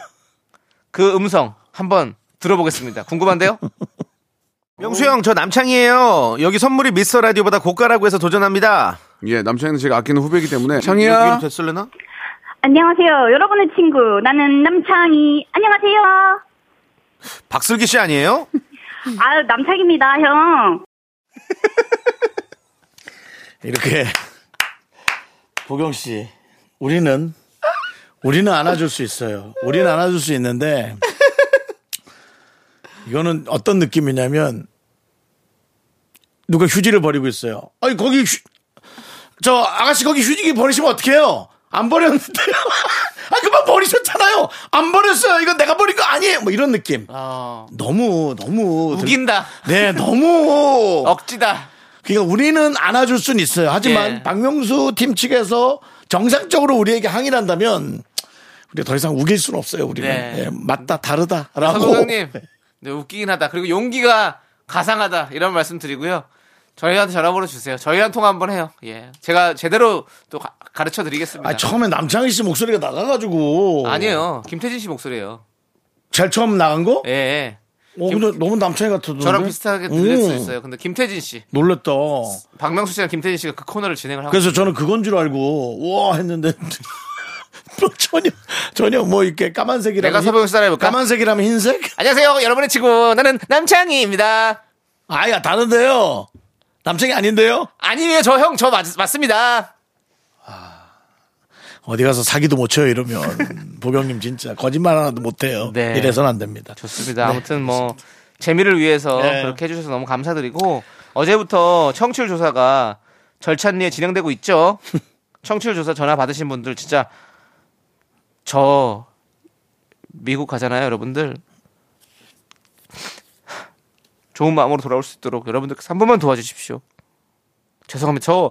Speaker 2: 그 음성 한번 들어보겠습니다. 궁금한데요?
Speaker 6: 명수 형, 저 남창이에요. 여기 선물이 미스터 라디오보다 고가라고 해서 도전합니다.
Speaker 7: 예, 남창희는 제가 아끼는 후배이기 때문에
Speaker 6: 이름
Speaker 7: 창희야.
Speaker 6: 됐을래나?
Speaker 8: 안녕하세요. 여러분의 친구 나는 남창희. 안녕하세요.
Speaker 6: 박슬기 씨 아니에요?
Speaker 8: 아 남창입니다, 형.
Speaker 1: 이렇게 보경 씨, 우리는 우리는 안아줄 수 있어요. 우리는 안아줄 수 있는데 이거는 어떤 느낌이냐면 누가 휴지를 버리고 있어요. 아니 거기 휴, 저 아가씨 거기 휴지기 버리시면 어떡해요? 안 버렸는데요. 아 그만 버리셨잖아요. 안 버렸어요. 이건 내가 버린 거 아니에요. 뭐 이런 느낌.
Speaker 2: 어,
Speaker 1: 너무 너무 들-
Speaker 2: 우긴다.
Speaker 1: 네 너무
Speaker 2: 어. 억지다.
Speaker 1: 그러니까 우리는 안아줄 수는 있어요. 하지만
Speaker 2: 예.
Speaker 1: 박명수 팀 측에서 정상적으로 우리에게 항의를 한다면 우리가 더 이상 우길 수는 없어요. 우리는
Speaker 2: 네.
Speaker 1: 예, 맞다 다르다라고.
Speaker 2: 서부장님, 네, 웃기긴 하다. 그리고 용기가 가상하다. 이런 말씀 드리고요. 저희한테 전화번호 주세요. 저희랑 통화 한번 해요. 예. 제가 제대로 또 가, 르쳐 드리겠습니다.
Speaker 1: 아, 처음에 남창희 씨 목소리가 나가가지고
Speaker 2: 니에요 김태진 씨 목소리예요.
Speaker 1: 제일 처음 나간 거?
Speaker 2: 예, 예.
Speaker 1: 어, 근데 너무 남창희 같아던데.
Speaker 2: 저랑 비슷하게 들릴
Speaker 1: 음.
Speaker 2: 수 있어요. 근데 김태진 씨,
Speaker 1: 놀랬다.
Speaker 2: 박명수 씨랑 김태진 씨가 그 코너를 진행을 하고
Speaker 1: 그래서 저는 그건 줄 알고 우와 했는데 뭐 전혀 전혀 뭐 이렇게 까만색이라면
Speaker 2: 내가 서보경 씨 따라해볼까?
Speaker 1: 까만색이라면 흰색?
Speaker 2: 안녕하세요. 여러분의 친구 나는 남창희입니다.
Speaker 1: 아야 다른데요. 남창희 아닌데요?
Speaker 2: 아니에요. 저 형 저 맞습니다.
Speaker 1: 어디 가서 사기도 못 쳐요 이러면 보경님 진짜 거짓말 하나도 못 해요.
Speaker 2: 네.
Speaker 1: 이래선 안 됩니다.
Speaker 2: 좋습니다. 아무튼 뭐 재미를 위해서
Speaker 1: 네.
Speaker 2: 그렇게 해주셔서 너무 감사드리고 어제부터 청취율 조사가 절찬리에 진행되고 있죠. 청취율 조사 전화 받으신 분들 진짜 저 미국 가잖아요, 여러분들. 좋은 마음으로 돌아올 수 있도록 여러분들께서 한 번만 도와주십시오. 죄송합니다. 저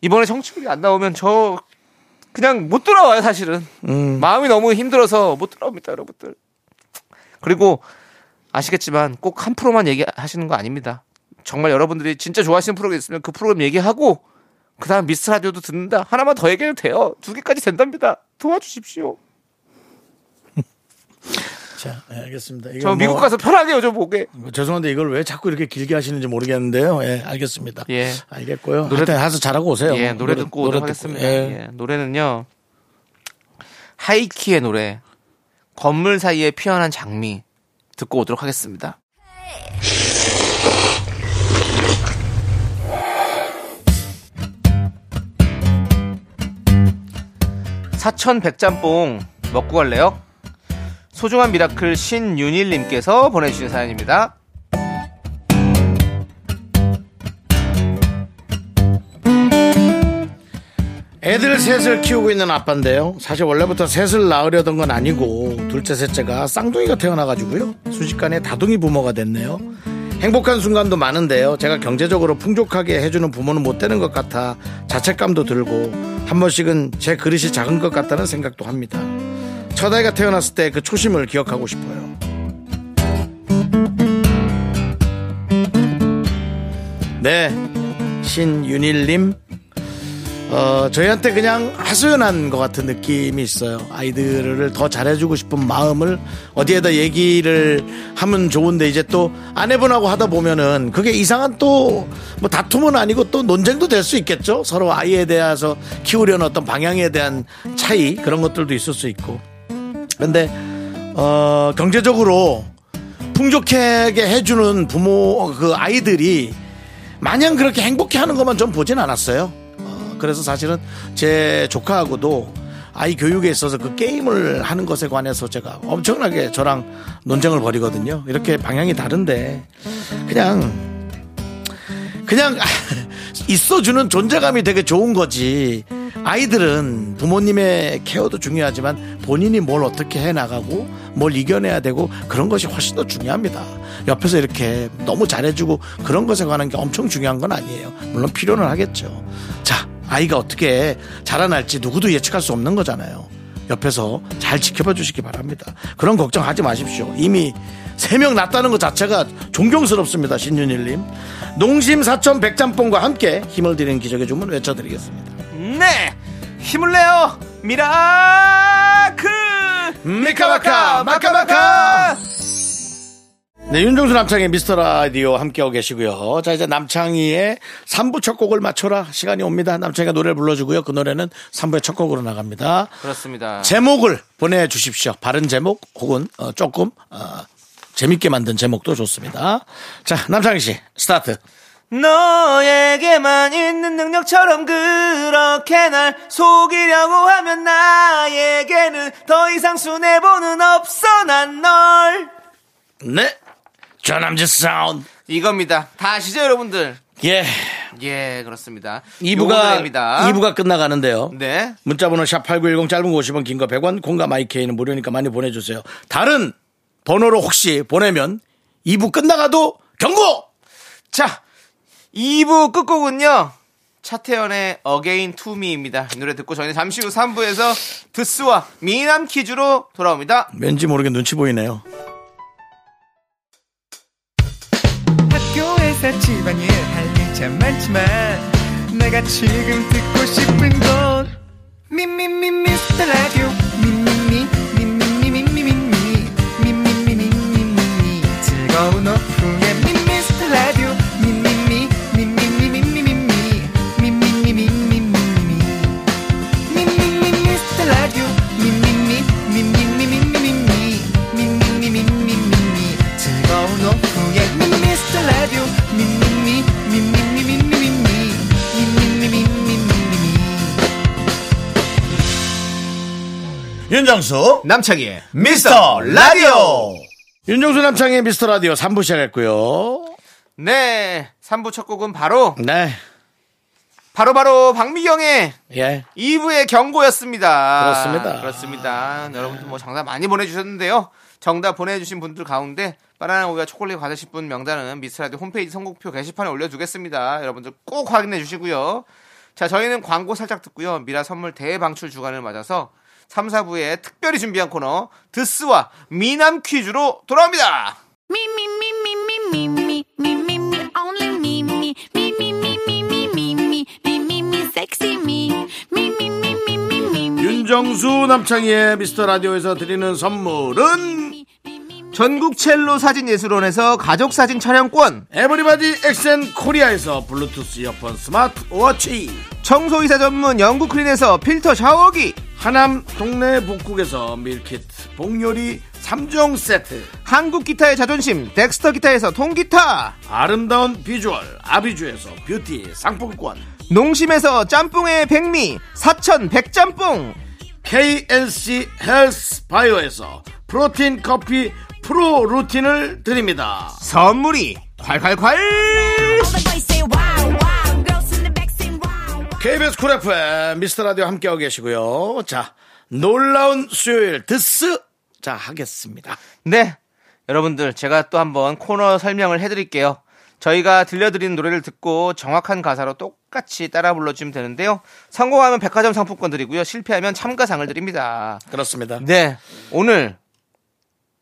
Speaker 2: 이번에 정치율이 안 나오면 저 그냥 못 돌아와요, 사실은. 마음이 너무 힘들어서 못 돌아옵니다, 여러분들. 그리고 아시겠지만 꼭 한 프로만 얘기하시는 거 아닙니다. 정말 여러분들이 진짜 좋아하시는 프로그램 있으면 그 프로그램 얘기하고 그 다음 미스 라디오도 듣는다. 하나만 더 얘기해도 돼요. 두 개까지 된답니다. 도와주십시오.
Speaker 1: 자, 예, 알겠습니다. 이거
Speaker 2: 저
Speaker 1: 뭐-
Speaker 2: 미국 가서 편하게 요즘 보게.
Speaker 1: 죄송한데 이걸 왜 자꾸 이렇게 길게 하시는지 모르겠는데요. 예, 알겠습니다.
Speaker 2: 예.
Speaker 1: 알겠고요.
Speaker 2: 노래-
Speaker 1: 노래 하서 잘하고 오세요.
Speaker 2: 예, 노래 듣고 오도록 하겠습니다. 예, 노래는요. 하이키의 노래. 건물 사이에 피어난 장미. 듣고 오도록 하겠습니다. 사천 백짬뽕 먹고 갈래요? 소중한 미라클 신윤일님께서 보내주신 사연입니다.
Speaker 1: 애들 셋을 키우고 있는 아빠인데요. 사실 원래부터 셋을 낳으려던 건 아니고 둘째 셋째가 쌍둥이가 태어나가지고요. 순식간에 다둥이 부모가 됐네요. 행복한 순간도 많은데요. 제가 경제적으로 풍족하게 해주는 부모는 못 되는 것 같아 자책감도 들고 한 번씩은 제 그릇이 작은 것 같다는 생각도 합니다. 첫 아이가 태어났을 때 그 초심을 기억하고 싶어요. 네, 신윤일님 어, 저희한테 그냥 하소연한 것 같은 느낌이 있어요. 아이들을 더 잘해주고 싶은 마음을 어디에다 얘기를 하면 좋은데 이제 또 아내분하고 하다 보면은 그게 이상한 또 뭐 다툼은 아니고 또 논쟁도 될 수 있겠죠. 서로 아이에 대해서 키우려는 어떤 방향에 대한 차이 그런 것들도 있을 수 있고. 근데 어, 경제적으로 풍족하게 해주는 부모 그 아이들이 마냥 그렇게 행복해 하는 것만 좀 보진 않았어요. 어, 그래서 사실은 제 조카하고도 아이 교육에 있어서 그 게임을 하는 것에 관해서 제가 엄청나게 저랑 논쟁을 벌이거든요. 이렇게 방향이 다른데 그냥 그냥 아, 있어주는 존재감이 되게 좋은 거지. 아이들은 부모님의 케어도 중요하지만 본인이 뭘 어떻게 해 나가고 뭘 이겨내야 되고 그런 것이 훨씬 더 중요합니다. 옆에서 이렇게 너무 잘해주고 그런 것에 관한 게 엄청 중요한 건 아니에요. 물론 필요는 하겠죠. 자, 아이가 어떻게 자라날지 누구도 예측할 수 없는 거잖아요. 옆에서 잘 지켜봐 주시기 바랍니다. 그런 걱정하지 마십시오. 이미 세 명 났다는 것 자체가 존경스럽습니다. 신윤일님. 농심 사천 백짬뽕과 함께 힘을 드리는 기적의 주문 외쳐드리겠습니다.
Speaker 2: 네! 힘을 내요! 미라클!
Speaker 1: 미카마카 마카마카 네 윤정수 남창의 미스터 라디오 함께하고 계시고요 자 이제 남창희의 3부 첫 곡을 맞춰라 시간이 옵니다 남창희가 노래를 불러주고요 그 노래는 3부의 첫 곡으로 나갑니다
Speaker 2: 그렇습니다.
Speaker 1: 아. 제목을 보내주십시오 바른 제목 혹은 어, 조금 어, 재밌게 만든 제목도 좋습니다 자 남창희씨 스타트
Speaker 2: 너에게만 있는 능력처럼 그렇게 날 속이려고 하면 나에게는 더 이상 순애보는 없어 난 널
Speaker 1: 네 전남지 사운드
Speaker 2: 이겁니다 다 아시죠 여러분들
Speaker 1: 예
Speaker 2: 예 그렇습니다 요거
Speaker 1: 2부가
Speaker 2: 노래입니다.
Speaker 1: 2부가 끝나가는데요
Speaker 2: 네
Speaker 1: 문자번호 샵 8910 짧은 거 50원 긴 거 100원 공감 IK는 무료니까 많이 보내주세요. 다른 번호로 혹시 보내면 2부 끝나가도 경고!
Speaker 2: 자, 2부 끝곡은요. 차태현의 Again to Me입니다. 이 노래 듣고 저희는 잠시 후 3부에서 드스와 미남 퀴즈로 돌아옵니다.
Speaker 1: 왠지 모르게 눈치 보이네요.
Speaker 9: 학교에서 집안일 할 일 참 많지만 내가 지금 듣고 싶은 건 미미미 미스터 라디오 미미미 미미미미미미 미미미미미미 즐거운 오후에 미스터 라디오 미미미 미미미미미미 미미미미미미 미미미 미스터 라디오 미미미 미미미미미미 미미미미미미 즐거운 오후에 미스터 라디오 미미미 미미미미미미 미미미미미미미
Speaker 1: 윤정수,
Speaker 2: 남창희의
Speaker 1: 미스터 라디오! 윤정수 남창의 미스터 라디오 3부 시작했고요.
Speaker 2: 네. 3부 첫 곡은 바로
Speaker 1: 네.
Speaker 2: 바로바로 박미경의
Speaker 1: 예.
Speaker 2: 2부의 경고였습니다.
Speaker 1: 그렇습니다.
Speaker 2: 그렇습니다. 여러분들 뭐 정답 많이 보내주셨는데요. 정답 보내주신 분들 가운데 바나나 우유와 초콜릿 받으실 분 명단은 미스라디 홈페이지 선곡표 게시판에 올려두겠습니다. 여러분들 꼭 확인해 주시고요. 자, 저희는 광고 살짝 듣고요. 미라 선물 대방출 주간을 맞아서 3, 4부에 특별히 준비한 코너 드스와 미남 퀴즈로 돌아옵니다.
Speaker 5: Me, me, me, me, me, me, me, me, me, me, only me, me, me, me, me, me, me, me, me, me, me, me, sexy me, me, me, me, me, me, me, me,
Speaker 1: 윤정수 남창희의 미스터 라디오에서 드리는 선물은
Speaker 2: 전국 첼로 사진 예술원에서 가족 사진 촬영권,
Speaker 1: 에브리바디 엑센 코리아에서 블루투스 이어폰 스마트 워치
Speaker 2: 청소이사 전문 영국 클린에서 필터 샤워기,
Speaker 1: 하남 동네 북국에서 밀키트 복요리 3종 세트
Speaker 2: 한국 기타의 자존심 덱스터 기타에서 통기타
Speaker 1: 아름다운 비주얼 아비주에서 뷰티 상품권
Speaker 2: 농심에서 짬뽕의 백미 사천 백짬뽕
Speaker 1: KNC 헬스 바이오에서 프로틴 커피 프로 루틴을 드립니다
Speaker 2: 선물이 콸콸콸
Speaker 5: the boys say wow, wow, girls in the back say wow.
Speaker 1: KBS 쿨 FM 미스터 라디오 함께하고 계시고요 자 놀라운 수요일 드스 자 하겠습니다
Speaker 2: 네 여러분들 제가 또 한번 코너 설명을 해드릴게요 저희가 들려드리는 노래를 듣고 정확한 가사로 똑같이 따라 불러주면 되는데요 성공하면 백화점 상품권 드리고요 실패하면 참가상을 드립니다
Speaker 1: 그렇습니다
Speaker 2: 네 오늘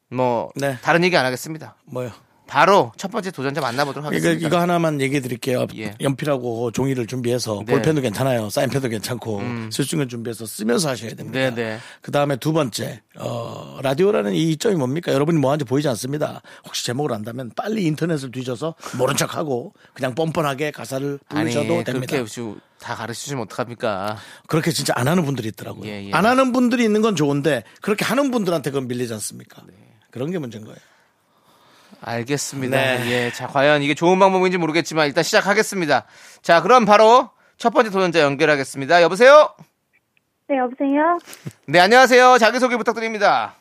Speaker 2: 뭐
Speaker 1: 네.
Speaker 2: 다른 얘기 안 하겠습니다
Speaker 1: 뭐요
Speaker 2: 바로 첫 번째 도전자 만나보도록
Speaker 1: 이거,
Speaker 2: 하겠습니다
Speaker 1: 이거 하나만 얘기해 드릴게요.
Speaker 2: 예.
Speaker 1: 연필하고 종이를 준비해서
Speaker 2: 네. 음.
Speaker 1: 볼펜도 괜찮아요. 사인펜도 괜찮고 쓸 수 있는 건 준비해서 쓰면서 하셔야 됩니다.
Speaker 2: 네, 네.
Speaker 1: 그 다음에 두 번째 어, 라디오라는 이 점이 뭡니까? 여러분이 뭐 하는지 보이지 않습니다. 혹시 제목을 안다면 빨리 인터넷을 뒤져서 모른 척하고 그냥 뻔뻔하게 가사를 부르셔도 됩니다.
Speaker 2: 그렇게 지금 다 가르치시면 어떡합니까?
Speaker 1: 그렇게 진짜 안 하는 분들이 있더라고요.
Speaker 2: 예, 예.
Speaker 1: 안 하는 분들이 있는 건 좋은데 그렇게 하는 분들한테 그건 밀리지 않습니까?
Speaker 2: 네.
Speaker 1: 그런 게 문제인 거예요.
Speaker 2: 알겠습니다.
Speaker 1: 네.
Speaker 2: 예, 자, 과연 이게 좋은 방법인지 모르겠지만 일단 시작하겠습니다. 자, 그럼 바로 첫 번째 도전자 연결하겠습니다. 여보세요?
Speaker 8: 네, 여보세요?
Speaker 2: 네, 안녕하세요. 자기소개 부탁드립니다.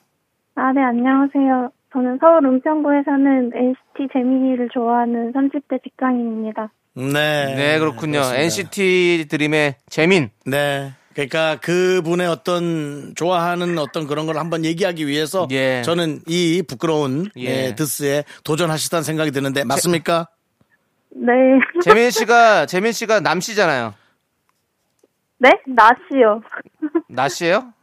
Speaker 8: 아, 네, 안녕하세요. 저는 서울 은평구에 사는 NCT 재민이를 좋아하는 30대 직장인입니다.
Speaker 1: 네.
Speaker 2: 네, 그렇군요.
Speaker 1: 그렇습니다.
Speaker 2: NCT 드림의 재민.
Speaker 1: 네. 그러니까 그분의 어떤 좋아하는 어떤 그런 걸 한번 얘기하기 위해서
Speaker 2: 예.
Speaker 1: 저는 이 부끄러운
Speaker 2: 예.
Speaker 1: 예, 드스에 도전하시다는 생각이 드는데 맞습니까?
Speaker 8: 네.
Speaker 2: 재민 씨가, 재민 씨가 남씨잖아요.
Speaker 8: 네? 나씨요.
Speaker 2: 나씨예요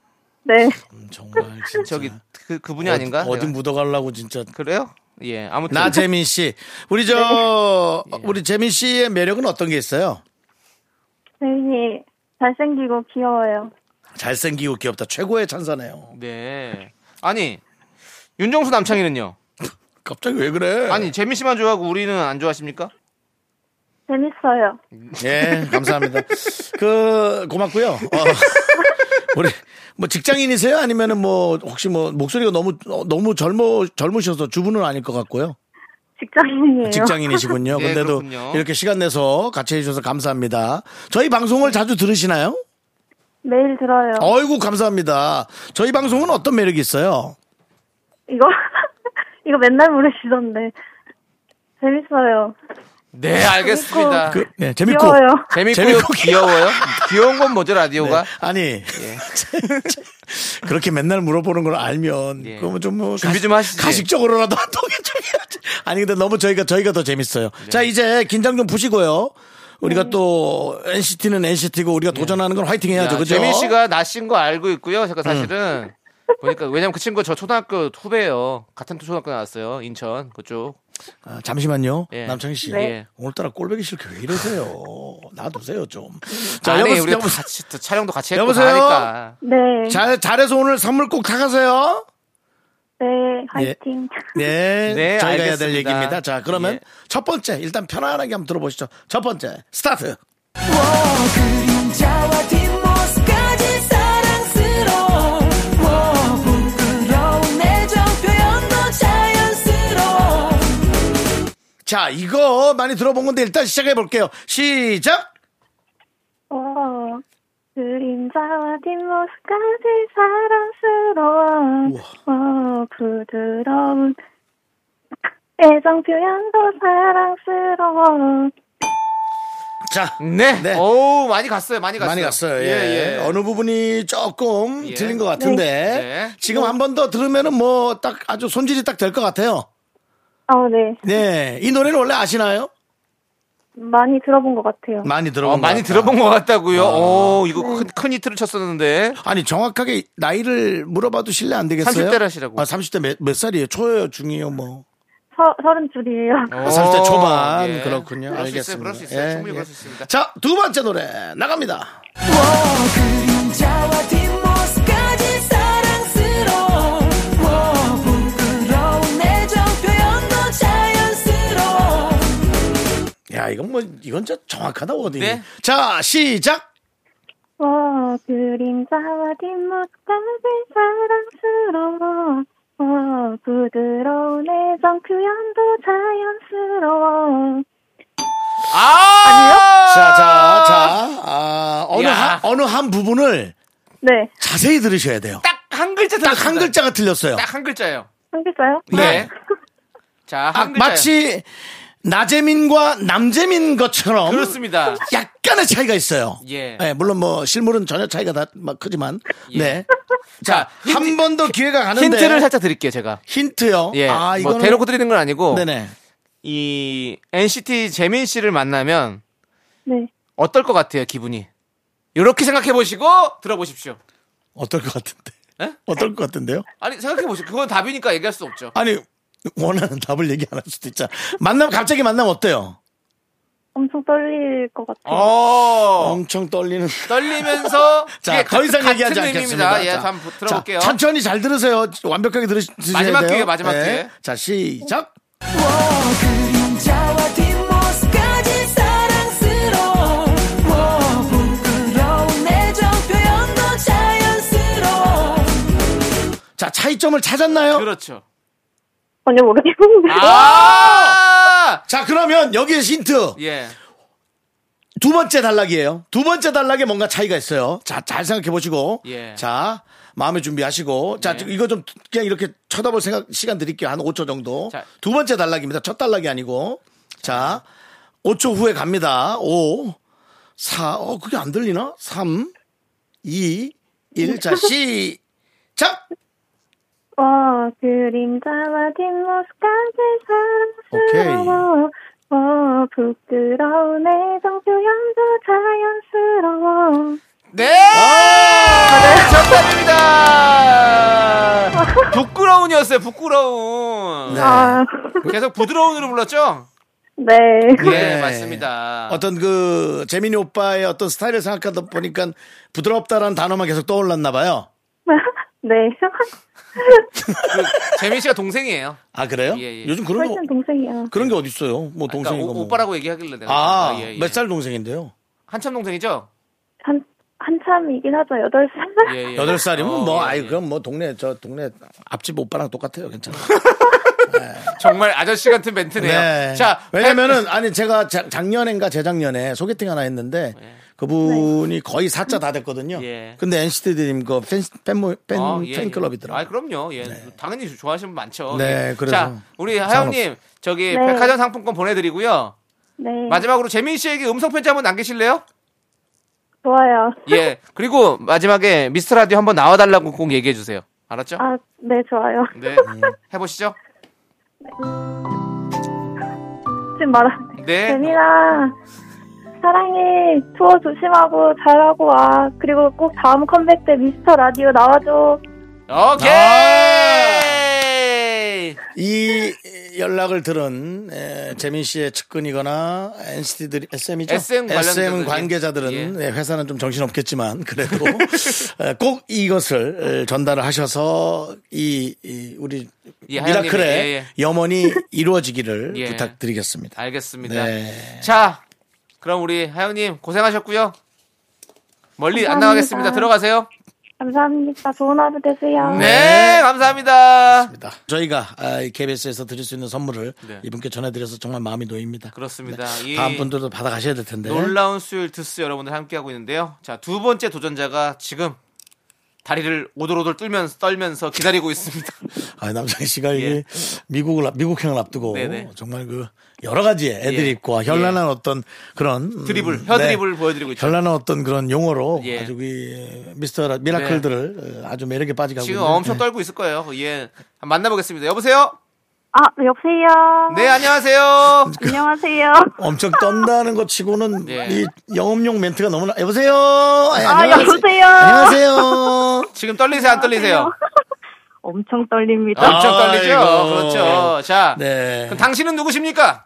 Speaker 8: 네.
Speaker 1: 음, 정말 진짜
Speaker 2: 저기, 그, 그분이 아닌가?
Speaker 1: 어디
Speaker 2: 내가.
Speaker 1: 묻어가려고 진짜
Speaker 2: 그래요? 예, 아무튼.
Speaker 1: 나재민 씨 우리 저
Speaker 2: 네.
Speaker 1: 우리 재민 씨의 매력은 어떤 게 있어요?
Speaker 8: 재민이 잘생기고 귀여워요.
Speaker 1: 잘생기고 귀엽다 최고의 찬사네요.
Speaker 2: 네. 아니, 윤정수 남창희는요?
Speaker 1: 갑자기 왜 그래?
Speaker 2: 아니, 재민 씨만 좋아하고 우리는 안 좋아하십니까?
Speaker 8: 재밌어요.
Speaker 1: 예, 감사합니다. 그 고맙고요. 어, 우리 뭐 직장인이세요? 아니면은 뭐 혹시 뭐 목소리가 너무 어, 너무 젊어 젊으셔서 주부는 아닐 것 같고요.
Speaker 8: 직장인이에요.
Speaker 1: 직장인이시군요.
Speaker 2: 예,
Speaker 1: 근데도
Speaker 2: 그렇군요.
Speaker 1: 이렇게 시간 내서 같이 해주셔서 감사합니다. 저희 방송을 자주 들으시나요?
Speaker 8: 매일 들어요.
Speaker 1: 어이구 감사합니다. 저희 방송은 어떤 매력이 있어요?
Speaker 8: 이거, 이거 맨날 부르시던데. 재밌어요.
Speaker 2: 네, 알겠습니다.
Speaker 1: 그, 네, 재밌고
Speaker 8: 귀여워요.
Speaker 2: 재밌고요,
Speaker 1: 재밌고 네.
Speaker 2: 귀여워요. 귀여운 건 뭐죠 라디오가? 예.
Speaker 1: 아니 그렇게 맨날 물어보는 걸 알면
Speaker 2: 예.
Speaker 1: 그러면 좀뭐
Speaker 2: 준비 좀 하시지.
Speaker 1: 가식적으로라도 한 통에 좀 해야지. 아니 근데 너무 저희가 저희가 더 재밌어요.
Speaker 2: 네.
Speaker 1: 자 이제 긴장 좀 푸시고요. 우리가
Speaker 2: 음.
Speaker 1: 또 NCT는 NCT고 우리가 도전하는 건 화이팅 해야죠.
Speaker 2: 예. 야,
Speaker 1: 그죠? 음.
Speaker 2: 재민 씨가 나신 거 알고 있고요. 제가 사실은 보니까 왜냐면 그 친구 저 초등학교 후배예요. 같은 초등학교 나왔어요. 인천 그쪽.
Speaker 1: 아, 잠시만요.
Speaker 2: 예.
Speaker 1: 남창희 씨.
Speaker 2: 네.
Speaker 1: 오늘따라 꼴배기 싫게 왜 이러세요? 놔두세요 좀.
Speaker 2: 자,
Speaker 1: 자
Speaker 2: 아니,
Speaker 1: 여보세요.
Speaker 2: 우리
Speaker 1: 여보세요.
Speaker 2: 같이 또 촬영도 같이 했고
Speaker 1: 여보세요?
Speaker 2: 다 하니까.
Speaker 8: 네.
Speaker 1: 잘 잘해서 오늘 선물 꼭 타가세요.
Speaker 8: 네. 화이팅.
Speaker 1: 네,
Speaker 2: 네,
Speaker 1: 저희가 해야 될
Speaker 2: 알겠습니다.
Speaker 1: 얘기입니다. 자, 그러면
Speaker 2: 예.
Speaker 1: 첫 번째 일단 편안하게 한번 들어보시죠. 첫 번째 스타트.
Speaker 5: 그림자와 뒷모습까지 사랑스러워 워, 부끄러운 애정 표현도 자연스러워
Speaker 1: 자, 이거 많이 들어본 건데 일단 시작해 볼게요. 시작.
Speaker 8: 어, 그림자와 뒷모습까지 사랑스러워. 어, 부드러운 애정 표현도 사랑스러워.
Speaker 1: 자,
Speaker 2: 네.
Speaker 1: 네.
Speaker 2: 오 많이 갔어요. 많이 갔어요.
Speaker 1: 많이 갔어요. 예. 어느 부분이 조금
Speaker 2: 예.
Speaker 1: 들린 것 같은데
Speaker 2: 네.
Speaker 1: 지금 한 번 더 들으면은 뭐 딱 아주 손질이 딱 될 것 같아요.
Speaker 8: 아, 네.
Speaker 1: 네, 이 노래는 원래 아시나요?
Speaker 8: 많이 들어본 것 같아요.
Speaker 1: 많이 들어본
Speaker 2: 어,
Speaker 1: 것
Speaker 2: 많이
Speaker 1: 같다. 아.
Speaker 2: 들어본 것 같다고요. 오 이거 큰, 큰 히트를 쳤었는데.
Speaker 1: 아니 정확하게 나이를 물어봐도 실례 안 되겠어요?
Speaker 2: 30대 라시라고.
Speaker 1: 아, 30대 몇, 몇 살이에요? 초예요, 중이에요, 뭐.
Speaker 8: 서, 서른 줄이에요.
Speaker 1: 아, 30대 초반
Speaker 2: 예.
Speaker 1: 그렇군요.
Speaker 2: 그럴 수
Speaker 1: 알겠습니다.
Speaker 2: 있어요. 그럴 수 있어요.
Speaker 1: 예,
Speaker 2: 충분히
Speaker 1: 예.
Speaker 2: 그럴 수 있습니다.
Speaker 1: 자, 두 번째 노래 나갑니다.
Speaker 9: 그림자와 뒷모습까지 사랑스러워 워, 부끄러운 애정 표현도 자연스러워
Speaker 1: 야, 이건 뭐 이건 저 정확하다 워딩이.
Speaker 2: 네.
Speaker 1: 자, 시작.
Speaker 8: 와, 그림자와 뒷모습까지 사랑스러워. 와, 부드러운 애정 표현도 자연스러워.
Speaker 2: 아!
Speaker 1: 자, 자, 자. 아, 어느
Speaker 2: 야.
Speaker 1: 한, 어느 한 부분을
Speaker 8: 네.
Speaker 1: 자세히 들으셔야 돼요.
Speaker 2: 딱 한 글자
Speaker 1: 딱 한 글자가 틀렸어요.
Speaker 2: 딱한 글자예요.
Speaker 8: 생겼어요?
Speaker 2: 네. 자,
Speaker 1: 아,
Speaker 2: 한 글자.
Speaker 1: 마치 나재민과 남재민 것처럼
Speaker 2: 그렇습니다.
Speaker 1: 약간의 차이가 있어요.
Speaker 2: 예.
Speaker 1: 물론 뭐 실물은 전혀 차이가 다 막 크지만.
Speaker 2: 예.
Speaker 1: 네.
Speaker 2: 자,
Speaker 1: 한 번 더 기회가 가는데
Speaker 2: 힌트를 살짝 드릴게요, 제가.
Speaker 1: 힌트요.
Speaker 2: 예.
Speaker 1: 아, 이거
Speaker 2: 뭐 대놓고 드리는 건 아니고
Speaker 1: 네네.
Speaker 2: 이 NCT 재민 씨를 만나면
Speaker 8: 네.
Speaker 2: 어떨 것 같아요, 기분이? 이렇게 생각해 보시고 들어보십시오.
Speaker 1: 어떨 것 같은데?
Speaker 2: 예?
Speaker 1: 어떨 것 같은데요?
Speaker 2: 아니, 생각해 보시오 그건 답이니까 얘기할 수 없죠.
Speaker 1: 아니 원하는 답을 얘기 안 할 수도 있잖아. 만남 갑자기 만나면 어때요?
Speaker 8: 엄청 떨릴 것 같아요.
Speaker 2: 어.
Speaker 1: 엄청 떨리는.
Speaker 2: 떨리면서
Speaker 1: 자, 더 이상
Speaker 2: 같은
Speaker 1: 얘기하지
Speaker 2: 의미입니다.
Speaker 1: 않겠습니다.
Speaker 2: 예,
Speaker 1: 자,
Speaker 2: 한번 들어볼게요.
Speaker 1: 자, 천천히 잘 들으세요. 완벽하게 들으셔야 돼요.
Speaker 2: 마지막 기회, 마지막
Speaker 1: 예.
Speaker 2: 기회.
Speaker 1: 자, 시작.
Speaker 9: 그림자와 뒷모습까지 사랑스러워 워, 부끄러운 애정 표현도 자연스러워
Speaker 1: 자, 차이점을 찾았나요?
Speaker 2: 그렇죠.
Speaker 8: 전혀 모르겠는데.
Speaker 2: 아!
Speaker 1: 자, 그러면 여기에 힌트.
Speaker 2: 예.
Speaker 1: 두 번째 단락이에요. 두 번째 단락에 뭔가 차이가 있어요. 자, 잘 생각해 보시고.
Speaker 2: 예.
Speaker 1: 자, 마음의 준비하시고. 자,
Speaker 2: 네.
Speaker 1: 이거 좀 그냥 이렇게 쳐다볼 생각 시간 드릴게요. 한 5초 정도.
Speaker 2: 자.
Speaker 1: 두 번째 단락입니다. 첫 단락이 아니고. 자, 5초 후에 갑니다. 5 4 어, 그게 안 들리나? 3 2 1 자, 시작.
Speaker 8: 와, 어, 그림자와 뒷모습까지 사랑스러워. 와, 부끄러운 애정 표현도 자연스러워.
Speaker 2: 네! 아, 정답입니다! 부끄러운이었어요, 부끄러운.
Speaker 1: 네.
Speaker 8: 아,
Speaker 2: 계속 부드러운으로 불렀죠?
Speaker 8: 네.
Speaker 2: 네, 맞습니다.
Speaker 1: 어떤 그 재민이 오빠의 어떤 스타일을 생각하다 보니까 부드럽다라는 단어만 계속 떠올랐나 봐요.
Speaker 8: 네.
Speaker 2: 그, 재민 씨가 동생이에요.
Speaker 1: 아 그래요?
Speaker 2: 예, 예.
Speaker 1: 요즘 그런 거
Speaker 8: 훨씬 동생이야.
Speaker 1: 그런 게 어디 있어요? 뭐
Speaker 2: 그러니까
Speaker 1: 동생이고
Speaker 2: 오,
Speaker 1: 뭐.
Speaker 2: 오빠라고 얘기하길래 내가.
Speaker 1: 아,
Speaker 2: 예, 예.
Speaker 1: 몇 살 동생인데요?
Speaker 2: 한참 동생이죠?
Speaker 8: 한, 한참이긴 하죠. 여덟 살
Speaker 2: 예, 예.
Speaker 1: 여덟 살이면
Speaker 2: 어,
Speaker 1: 뭐
Speaker 2: 예,
Speaker 1: 아이
Speaker 2: 예.
Speaker 1: 그럼 뭐 동네 저 동네 앞집 오빠랑 똑같아요. 괜찮아.
Speaker 2: 정말 아저씨 같은 멘트네요. 자,
Speaker 1: 왜냐면은 아니 제가 자- 작년인가 재작년에 소개팅 하나 했는데 그분이 거의 사자 다 됐거든요.
Speaker 2: 예.
Speaker 1: 근데 NCT 드림 그 팬, 팬, 팬,
Speaker 2: 어, 예, 예.
Speaker 1: 팬클럽이더라고요.
Speaker 2: 아, 그럼요. 예. 당연히 좋아하시는 분 많죠.
Speaker 1: 네,
Speaker 2: 예.
Speaker 1: 그래서
Speaker 2: 자, 우리 하영님, 저기
Speaker 8: 네.
Speaker 2: 백화점 상품권 보내드리고요.
Speaker 8: 네.
Speaker 2: 마지막으로 재민 씨에게 음성 편지 한번 남기실래요?
Speaker 8: 좋아요.
Speaker 2: 예. 그리고 마지막에 미스터 라디오 한번 나와달라고 꼭 얘기해 주세요. 알았죠?
Speaker 8: 아, 네, 좋아요.
Speaker 2: 네. 해보시죠.
Speaker 8: 지금 말하는데.
Speaker 2: 네.
Speaker 8: 재민아, 사랑해. 투어 조심하고 잘하고 와. 그리고 꼭 다음 컴백 때 미스터 라디오 나와줘.
Speaker 2: 오케이.
Speaker 8: 아.
Speaker 1: 이 연락을 들은 에, 재민 씨의 측근이거나 NCT 들 SM이죠.
Speaker 2: SM 관련자들이.
Speaker 1: SM 관계자들은 예, 회사는 좀 정신 없겠지만 그래도 에, 꼭 이것을 에, 전달을 하셔서 이, 이 우리
Speaker 2: 예,
Speaker 1: 미라클의
Speaker 2: 하영님, 예, 예.
Speaker 1: 염원이 이루어지기를
Speaker 2: 예.
Speaker 1: 부탁드리겠습니다.
Speaker 2: 알겠습니다.
Speaker 1: 네.
Speaker 2: 자, 그럼 우리 하영님 고생하셨고요. 멀리 안
Speaker 8: 감사합니다.
Speaker 2: 나가겠습니다. 들어가세요.
Speaker 8: 감사합니다. 좋은 하루 되세요.
Speaker 2: 네, 감사합니다.
Speaker 1: 저희가 아, 이 KBS에서 드릴 수 있는 선물을
Speaker 2: 네.
Speaker 1: 이분께 전해드려서 정말 마음이 놓입니다.
Speaker 2: 그렇습니다. 예. 이
Speaker 1: 다음 분들도 받아가셔야 될
Speaker 2: 네.
Speaker 1: 텐데.
Speaker 2: 놀라운 수요일 드스 여러분들 함께하고 있는데요. 자, 두 번째 도전자가 지금 다리를 오돌오돌 떨면서, 떨면서 기다리고 있습니다.
Speaker 1: 아, 남창희 씨가 이게 미국을 앞- 미국행을 앞두고
Speaker 2: 예. 네네. 예.
Speaker 1: 정말 그 여러 가지의 애드립과 현란한 어떤 그런 음,
Speaker 2: 드리블, 혀 드리블을 보여드리고 있죠.
Speaker 1: 현란한 어떤 그런 용어로
Speaker 2: 예. 네.
Speaker 1: 아주 이 미스터 라- 미라클들을 어, 아주 매력에 빠지게 하고
Speaker 2: 지금
Speaker 1: 있는데.
Speaker 2: 엄청 떨고 있을 거예요. 예. 한번 만나보겠습니다. 여보세요?
Speaker 8: 아, 네, 여보세요.
Speaker 2: 네, 안녕하세요.
Speaker 8: 안녕하세요.
Speaker 1: 예. 엄청 떤다는 것 치고는
Speaker 2: 예.
Speaker 1: 이 영업용 멘트가 너무나 여보세요. 예, 아니,
Speaker 8: 아, 여보세요?
Speaker 1: 안녕하세요.
Speaker 2: 지금 떨리세요, 안 떨리세요?
Speaker 8: 엄청 떨립니다.
Speaker 2: 엄청 떨리죠?
Speaker 1: 아이고.
Speaker 2: 그렇죠. 자.
Speaker 1: 네.
Speaker 2: 그럼 당신은 누구십니까?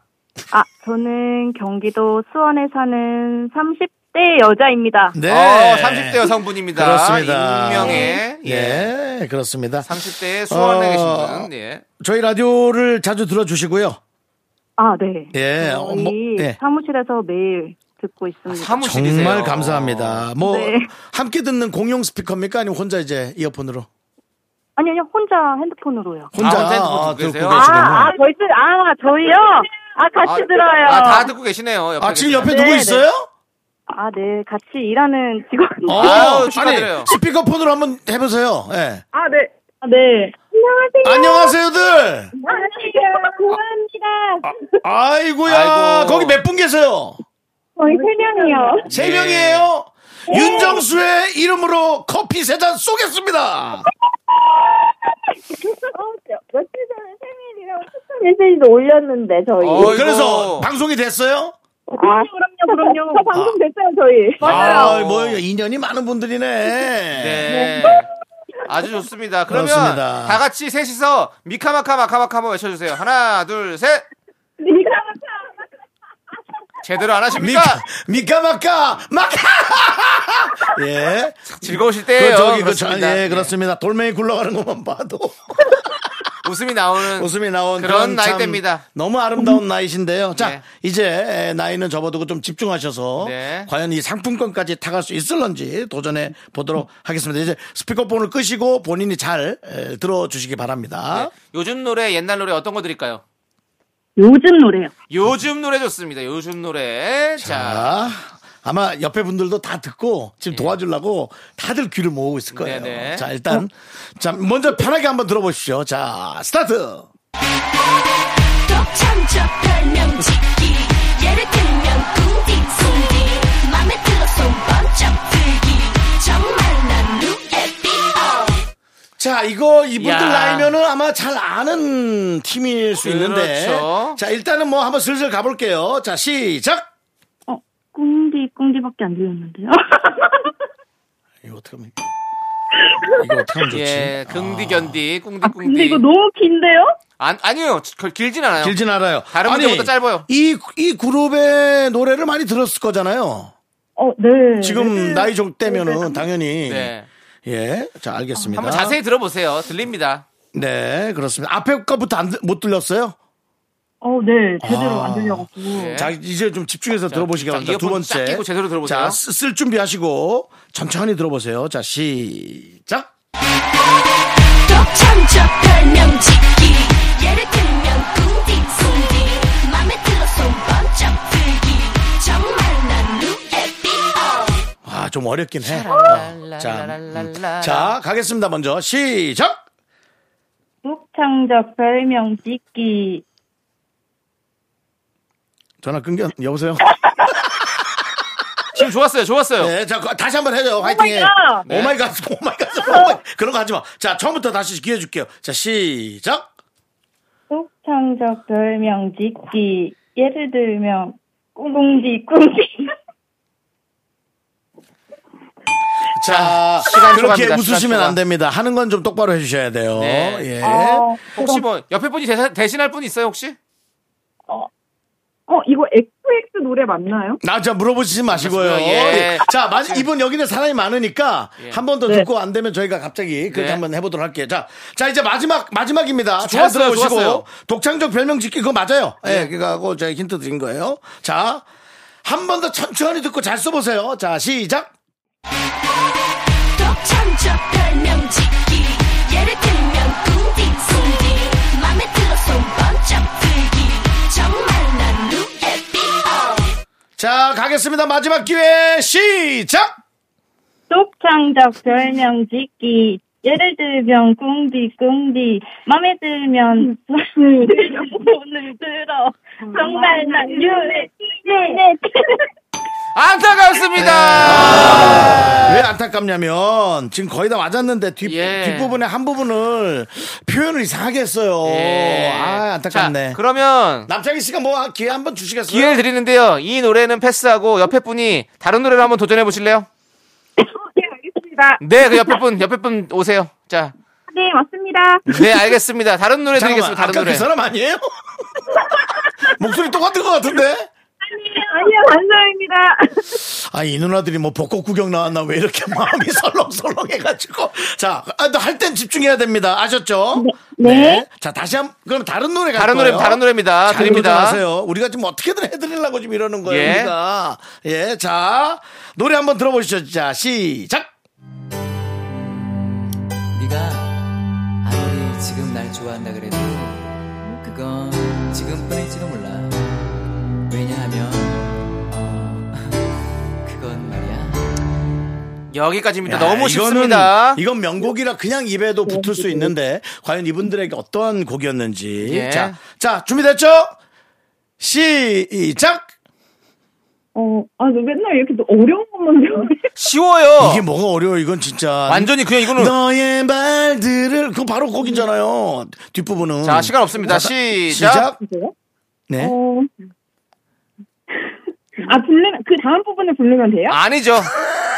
Speaker 8: 아, 저는 경기도 수원에 사는 30대 여자입니다.
Speaker 1: 네.
Speaker 2: 어, 30대 여성분입니다.
Speaker 1: 그렇습니다.
Speaker 2: 익명의 예.
Speaker 1: 예. 그렇습니다.
Speaker 2: 30대의 수원에
Speaker 1: 어,
Speaker 2: 계신 분. 예.
Speaker 1: 저희 라디오를 자주 들어주시고요.
Speaker 8: 아, 네.
Speaker 1: 예,
Speaker 8: 저희
Speaker 1: 어, 뭐, 예.
Speaker 8: 사무실에서 매일 듣고 있습니다.
Speaker 2: 네. 아, 사무실이세요.
Speaker 1: 정말 감사합니다. 뭐
Speaker 8: 네.
Speaker 1: 함께 듣는 공용 스피커입니까? 아니면 혼자 이제 이어폰으로?
Speaker 8: 아니, 아니요. 혼자 핸드폰으로요.
Speaker 1: 혼자,
Speaker 2: 혼자 핸드폰
Speaker 1: 아,
Speaker 2: 듣고
Speaker 1: 듣고
Speaker 2: 계세요?
Speaker 1: 계시군요.
Speaker 8: 아, 아,
Speaker 1: 아,
Speaker 8: 저희, 아, 저희요? 아, 같이 들어요.
Speaker 2: 아, 다 듣고 계시네요. 옆에
Speaker 1: 지금
Speaker 2: 계시네요.
Speaker 1: 옆에
Speaker 8: 네,
Speaker 1: 누구
Speaker 8: 네.
Speaker 1: 있어요?
Speaker 8: 아, 네. 같이 일하는 직원.
Speaker 1: 어,
Speaker 2: 아유,
Speaker 1: 아니,
Speaker 2: 축하드려요.
Speaker 1: 스피커폰으로 한번 해보세요. 예.
Speaker 8: 아, 네. 아, 네.
Speaker 1: 안녕하세요들!
Speaker 2: 아.
Speaker 8: 안녕하세요. 고맙습니다.
Speaker 1: 아이고야,
Speaker 2: 아이고.
Speaker 1: 거기 몇 분 계세요?
Speaker 8: 저희 세 명이요.
Speaker 1: 세
Speaker 2: 예.
Speaker 1: 명이에요? 윤정수의 이름으로 커피 세 잔 쏘겠습니다!
Speaker 8: 며칠 전에 어, 생일이라고 축하 메시지도 올렸는데 저희.
Speaker 2: 어, 어이구.
Speaker 1: 그래서 방송이 됐어요?
Speaker 8: 아, 그럼요, 그럼요. 다 방송 됐어요 저희.
Speaker 1: 아, 뭐, 인연이 많은 분들이네.
Speaker 2: 네. 아주 좋습니다. 그러면
Speaker 1: 그렇습니다.
Speaker 2: 다 같이 셋이서 미카마카 마카마카 한번 외쳐주세요. 하나, 둘, 셋. 제대로 안 하십니까?
Speaker 1: 미카, 미카마카, 마카! 예.
Speaker 2: 즐거우실
Speaker 1: 그
Speaker 2: 때예요.
Speaker 1: 저기 그
Speaker 2: 그렇습니다. 네.
Speaker 1: 자- 예, 그렇습니다. 돌멩이 굴러가는 것만 봐도
Speaker 2: 웃음이 나오는
Speaker 1: 웃음이 나온
Speaker 2: 그런
Speaker 1: 그런 참
Speaker 2: 나이대입니다.
Speaker 1: 너무 아름다운 나이신데요. 자,
Speaker 2: 네.
Speaker 1: 이제 에, 나이는 접어두고 좀 집중하셔서
Speaker 2: 네.
Speaker 1: 과연 이 상품권까지 타갈 수 있을런지 도전해 보도록 하겠습니다. 이제 스피커폰을 끄시고 본인이 잘 에, 들어주시기 바랍니다.
Speaker 2: 요즘 노래, 옛날 노래 어떤 거 드릴까요?
Speaker 8: 요즘 노래요.
Speaker 2: 요즘 노래 좋습니다. 요즘 노래. 자.
Speaker 1: 자. 아, 아마 옆에 분들도 다 듣고 지금 도와주려고 다들 귀를 모으고 있을 거예요.
Speaker 2: 예. 네네.
Speaker 1: 자, 일단 자, 먼저 편하게 한번 들어보십시오. 자, 스타트.
Speaker 5: 독창적 별명 짓기 예를 들면 꿍디 꿍디 맘에 들어 손 번쩍 들기 정말 난 누에 삐어
Speaker 1: 자, 이거 이분들
Speaker 2: 야.
Speaker 1: 나이면은 아마 잘 아는 팀일 수 있는데.
Speaker 2: 그렇죠.
Speaker 1: 자, 일단은 뭐 한번 슬슬 가볼게요. 자, 시작!
Speaker 8: 어, 꽁디 꽁디밖에 안 들렸는데요.
Speaker 1: 이거 어떡합니까? 이거 어떡하면 좋지? 아.
Speaker 2: 예, 긍디 견디, 꿍디 꿍디.
Speaker 8: 아, 근데 이거 너무 긴데요?
Speaker 2: 안, 아니요, 그- 길진 않아요.
Speaker 1: 길진 않아요.
Speaker 2: 다른 문제보다 짧아요.
Speaker 1: 이, 이 그룹의 노래를 많이 들었을 거잖아요.
Speaker 8: 어, 네.
Speaker 1: 지금 나이 좀 때면은 당연히.
Speaker 2: 네.
Speaker 1: 예, 자, 알겠습니다.
Speaker 2: 한번 자세히 들어보세요. 들립니다.
Speaker 1: 네, 그렇습니다. 앞에 거부터 안, 들- 못 들렸어요?
Speaker 8: 어, 네. 제대로
Speaker 1: 아.
Speaker 8: 안 들려갖고.
Speaker 2: 네.
Speaker 1: 자 이제 좀 집중해서 들어보시기
Speaker 2: 자,
Speaker 1: 바랍니다. 두
Speaker 2: 이어폰 쫙
Speaker 1: 번째.
Speaker 2: 끼고 제대로 들어보세요.
Speaker 1: 자, 쓰- 쓸 준비하시고 천천히 들어보세요. 자, 시작.
Speaker 5: 독창적 별명 짓기 예를 들면 꿍디 꿍디 맘에 들어 손 번쩍 들기 정말 난 누에 삐어
Speaker 1: 아, 좀 어렵긴 해. 어, 자, 음. 자, 가겠습니다. 먼저 시작.
Speaker 8: 북창적 별명 짓기.
Speaker 1: 전화 끊겨. 여보세요.
Speaker 2: 지금 좋았어요, 좋았어요. 네.
Speaker 1: 네, 자, 그- 다시 한번 해요. 화이팅해.
Speaker 8: 갓. 네.
Speaker 1: 오 마이 갓. 오 마이 갓. 오 마이. 그런 거 하지 마. 자, 처음부터 다시 기회 줄게요. 자, 시작.
Speaker 8: 북창적 별명 짓기. 예를 들면 꽁디 꽁디.
Speaker 1: 자,
Speaker 2: 시간
Speaker 1: 그렇게
Speaker 2: 초과합니다.
Speaker 1: 웃으시면
Speaker 2: 시간
Speaker 1: 안 됩니다. 하는 건 좀 똑바로 해주셔야 돼요.
Speaker 2: 네.
Speaker 1: 예.
Speaker 8: 어,
Speaker 2: 혹시 뭐, 옆에 분이 대사- 대신할 분 있어요, 혹시?
Speaker 8: 어, 이거 XX 노래 맞나요?
Speaker 1: 나자 물어보시지 마시고요.
Speaker 2: 그렇습니다. 예.
Speaker 1: 예. 자, 마- 이분 여기는 사람이 많으니까 한 번 더 듣고 안 되면 저희가 갑자기 그렇게
Speaker 2: 네.
Speaker 1: 한번 해보도록 할게요. 자, 자 이제 마지막 마지막입니다. 잘
Speaker 2: 좋았어요,
Speaker 1: 들어보시고
Speaker 2: 좋았어요. 네.
Speaker 1: 독창적 별명 짓기 그거 맞아요. 예, 그거하고 제가 힌트 드린 거예요. 자, 한 번 더 천천히 듣고 잘 써보세요. 자, 시작.
Speaker 5: 독창적 별명 짓기 예를 들면 꿍디 꿍디 맘에 들어 손 번쩍 들기 정말 난 누에 삐어
Speaker 1: 자, 가겠습니다. 마지막 기회 시작.
Speaker 8: 쪽창적 별명 짓기. 예를 들면 꿍디 꿍디 맘에 들면 손을 들어 손을 들어 정말 난 유래 네
Speaker 2: 안타깝습니다.
Speaker 1: 왜 안타깝냐면 지금 거의 다 맞았는데 뒷,
Speaker 2: 예.
Speaker 1: 뒷부분의 한 부분을 표현을 이상하게 했어요.
Speaker 2: 예.
Speaker 1: 네. 아 안타깝네.
Speaker 2: 자, 그러면
Speaker 1: 남창희 씨가 뭐 기회 한 번 주시겠어요?
Speaker 2: 기회를 드리는데요. 이 노래는 패스하고 옆에 분이 다른 노래를 한번 도전해 보실래요?
Speaker 8: 알겠습니다
Speaker 2: 네, 그 옆에 분, 옆에 분 오세요. 자,
Speaker 8: 네 맞습니다
Speaker 2: 네, 알겠습니다. 다른 노래
Speaker 1: 잠깐만,
Speaker 2: 드리겠습니다. 다른
Speaker 1: 아까
Speaker 2: 노래.
Speaker 1: 그 사람 아니에요? 목소리 똑같은 것 같은데?
Speaker 8: 아니요 반성입니다
Speaker 1: 아, 이 누나들이 뭐 벚꽃 구경 나왔나 왜 이렇게 마음이 설렁설렁해가지고. 자, 아, 할 땐 집중해야 됩니다. 아셨죠?
Speaker 8: 네.
Speaker 1: 자, 다시 한, 그럼 다른 노래 갈
Speaker 2: 다른
Speaker 1: 거예요.
Speaker 2: 노래, 다른 노래입니다.
Speaker 1: 잘
Speaker 2: 드립니다.
Speaker 1: 도전하세요. 우리가 지금 어떻게든 해드리려고 지금 이러는 거예요.
Speaker 2: 예.
Speaker 1: 우리가. 예, 자, 노래 한번 들어보시죠. 자, 시작!
Speaker 9: 네가 아무리 지금 날 좋아한다 그래도 그건 지금뿐일지도 몰라 왜냐하면 어, 그건 말이야
Speaker 2: 여기까지입니다.
Speaker 1: 야,
Speaker 2: 너무
Speaker 1: 이거는-
Speaker 2: 쉽습니다.
Speaker 1: 이건 명곡이라 그냥 입에도 붙을 수 있는데 과연 이분들에게 어떠한 곡이었는지.
Speaker 2: 예.
Speaker 1: 자, 자 준비됐죠? 시작.
Speaker 8: 어아너 맨날 이렇게 어려운 것만 배우네
Speaker 2: 쉬워요.
Speaker 1: 이게 뭐가 어려워? 이건 진짜.
Speaker 2: 완전히 그냥 이거는
Speaker 1: 너의 말들을 그거 바로 곡이잖아요. 뒷부분은.
Speaker 2: 자 시간 없습니다.
Speaker 1: 자,
Speaker 2: 시작.
Speaker 1: 네.
Speaker 8: 어. 아 부르면 그 다음 부분을 부르면 돼요?
Speaker 2: 아니죠.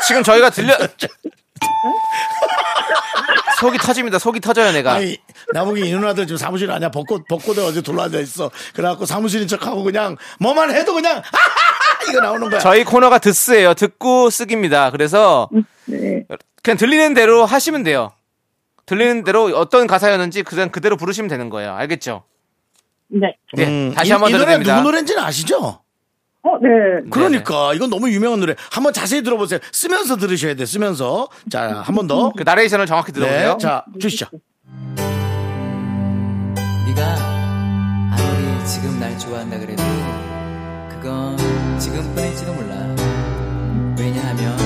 Speaker 2: 지금 저희가 들려 속이 터집니다. 속이 터져요 내가.
Speaker 1: 아니 나보기 이 누나들 지금 사무실 아니야 벚꽃 벚꽃에 어제 둘러앉아 있어 그래갖고 사무실인 척하고 그냥 뭐만 해도 그냥 아하하 이거 나오는 거야
Speaker 2: 저희 코너가 듣스예요. 듣고 쓰기입니다. 그래서
Speaker 8: 네.
Speaker 2: 그냥 들리는 대로 하시면 돼요. 들리는 대로 어떤 가사였는지 그냥 그대로 부르시면 되는 거예요. 알겠죠?
Speaker 8: 네.
Speaker 2: 네.
Speaker 1: 음,
Speaker 2: 다시
Speaker 1: 이-
Speaker 2: 한번
Speaker 1: 이 노래
Speaker 2: 들어드립니다.
Speaker 1: 누구 노래인지는 아시죠?
Speaker 8: 어, 네.
Speaker 1: 그러니까 이건 너무 유명한 노래. 한번 자세히 들어보세요. 쓰면서 들으셔야 돼. 쓰면서 자 한 번 더.
Speaker 2: 그 나레이션을 정확히 들어보세요.
Speaker 1: 어? 네, 자 주시죠.
Speaker 9: 네가 아무리 지금 날 좋아한다 그래도 그건 지금뿐일지도 몰라 왜냐하면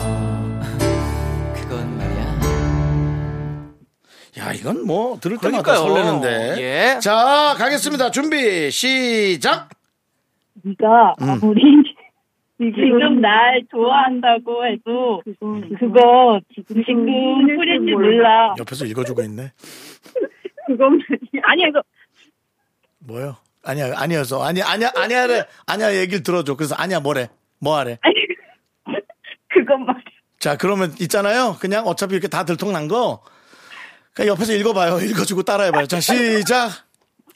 Speaker 9: 어, 그건 말이야
Speaker 1: 야 이건 뭐 들을 때마다
Speaker 2: 그러니까요.
Speaker 1: 설레는데.
Speaker 2: 예.
Speaker 1: 자 가겠습니다. 준비 시작.
Speaker 8: 네가
Speaker 1: 음.
Speaker 8: 아무리 지금 날 좋아한다고 해도 그거 지금 뿌릴지 몰라.
Speaker 1: 옆에서 읽어주고 있네.
Speaker 8: 그건 아니야 이거
Speaker 1: 뭐요? 아니야 아니어서 아니 아니야 아니야래 아니야 얘기를 들어줘. 그래서 아니야 뭐래 뭐하래.
Speaker 8: 아니 그건 말이야.
Speaker 1: 자 그러면 있잖아요. 그냥 어차피 이렇게 다 들통난 거. 그냥 옆에서 읽어봐요. 읽어주고 따라해봐요. 자 시작.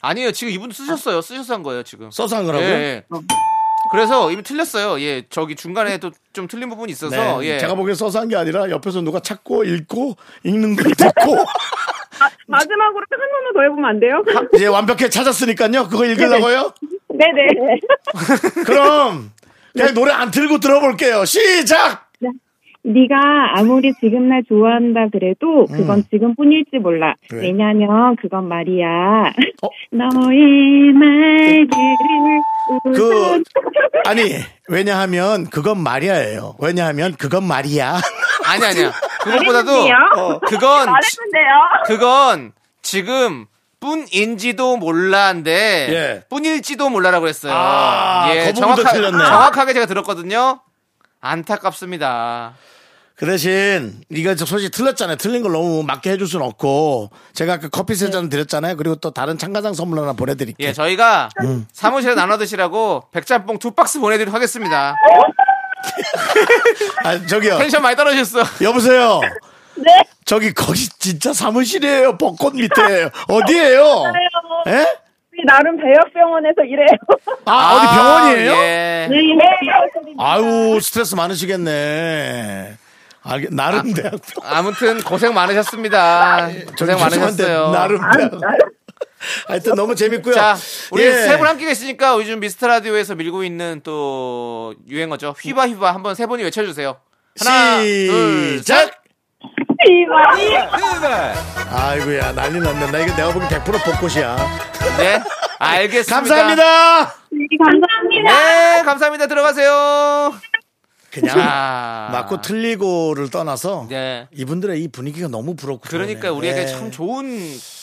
Speaker 2: 아니에요. 지금 이분 쓰셨어요. 쓰셔서 한 거예요. 지금.
Speaker 1: 써서 한 거라고요? 어.
Speaker 2: 예, 예. 그래서 이미 틀렸어요. 예, 저기 중간에 또 좀 틀린 부분이 있어서
Speaker 1: 네,
Speaker 2: 예.
Speaker 1: 제가 보기엔 써서 한 게 아니라 옆에서 누가 찾고 읽고 읽는 걸 듣고
Speaker 8: 마지막으로 한 번만 더 해보면 안 돼요?
Speaker 1: 이제 완벽히 찾았으니까요. 그거 읽으려고요?
Speaker 8: 네네.
Speaker 1: 그럼
Speaker 2: 네.
Speaker 1: 그냥 노래 안 틀고 들어볼게요. 시작.
Speaker 8: 네가 아무리 지금 날 좋아한다
Speaker 1: 음.
Speaker 8: 그래도 그건 지금뿐일지 몰라.
Speaker 1: 왜?
Speaker 8: 왜냐면 그건 말이야.
Speaker 1: 어?
Speaker 8: 너의 말들을
Speaker 1: 그
Speaker 8: 우선
Speaker 1: 아니 왜냐하면 그건 말이야예요. 왜냐하면 그건 말이야.
Speaker 2: 아니 아니야. 그것보다도 어,
Speaker 8: 아니에요?
Speaker 2: 그건 지-
Speaker 8: 말했는데요.
Speaker 2: 그건 지금 뿐인지도 몰라인데
Speaker 1: 예.
Speaker 2: 뿐일지도 몰라라고 했어요. 예,
Speaker 1: 아, 그 부분도 틀렸네.
Speaker 2: 정확하게 제가 들었거든요. 안타깝습니다.
Speaker 1: 그 대신 이거 저 솔직히 틀렸잖아요. 틀린 걸 너무 맞게 해줄 순 없고 제가 그 커피 세 잔 드렸잖아요. 그리고 또 다른 참가상 선물 하나 보내드릴게요.
Speaker 2: 네. 예, 저희가
Speaker 1: 음.
Speaker 2: 사무실에 나눠 드시라고 백짬뽕 두 박스 보내드리도록 하겠습니다.
Speaker 8: 어.
Speaker 1: 아 저기요.
Speaker 2: 텐션 많이 떨어졌어.
Speaker 1: 여보세요. 네. 저기 거기 진짜 사무실이에요. 벚꽃 밑에 어디예요? 예?
Speaker 8: 나름 대학병원에서 일해요.
Speaker 1: 아, 어디 병원이에요?
Speaker 2: 예.
Speaker 8: 네.
Speaker 1: 아유 스트레스 많으시겠네. 아, 나름 대학.
Speaker 2: 아무튼 고생 많으셨습니다.
Speaker 1: 저기
Speaker 2: 고생
Speaker 1: 죄송한데
Speaker 2: 많으셨어요.
Speaker 1: 아, 나름 대학. 하여튼 너무 재밌고요.
Speaker 2: 자, 우리
Speaker 1: 예.
Speaker 2: 세 분 함께 계시니까 요즘 미스터 라디오에서 밀고 있는 또 유행어죠. 휘바 휘바 한번 세 분이 외쳐주세요. 하나, 둘, 셋.
Speaker 1: 시작. 아이고야 난리 났네. 나 이거 내가 보기 100% 벚꽃이야.
Speaker 2: 네, 알겠습니다.
Speaker 1: 감사합니다.
Speaker 8: 감사합니다.
Speaker 2: 네, 감사합니다. 들어가세요.
Speaker 1: 그냥 맞고 틀리고를 떠나서
Speaker 2: 네.
Speaker 1: 이분들의 이 분위기가 너무 부럽고
Speaker 2: 그러니까
Speaker 1: 그러네요.
Speaker 2: 우리에게
Speaker 1: 예.
Speaker 2: 참 좋은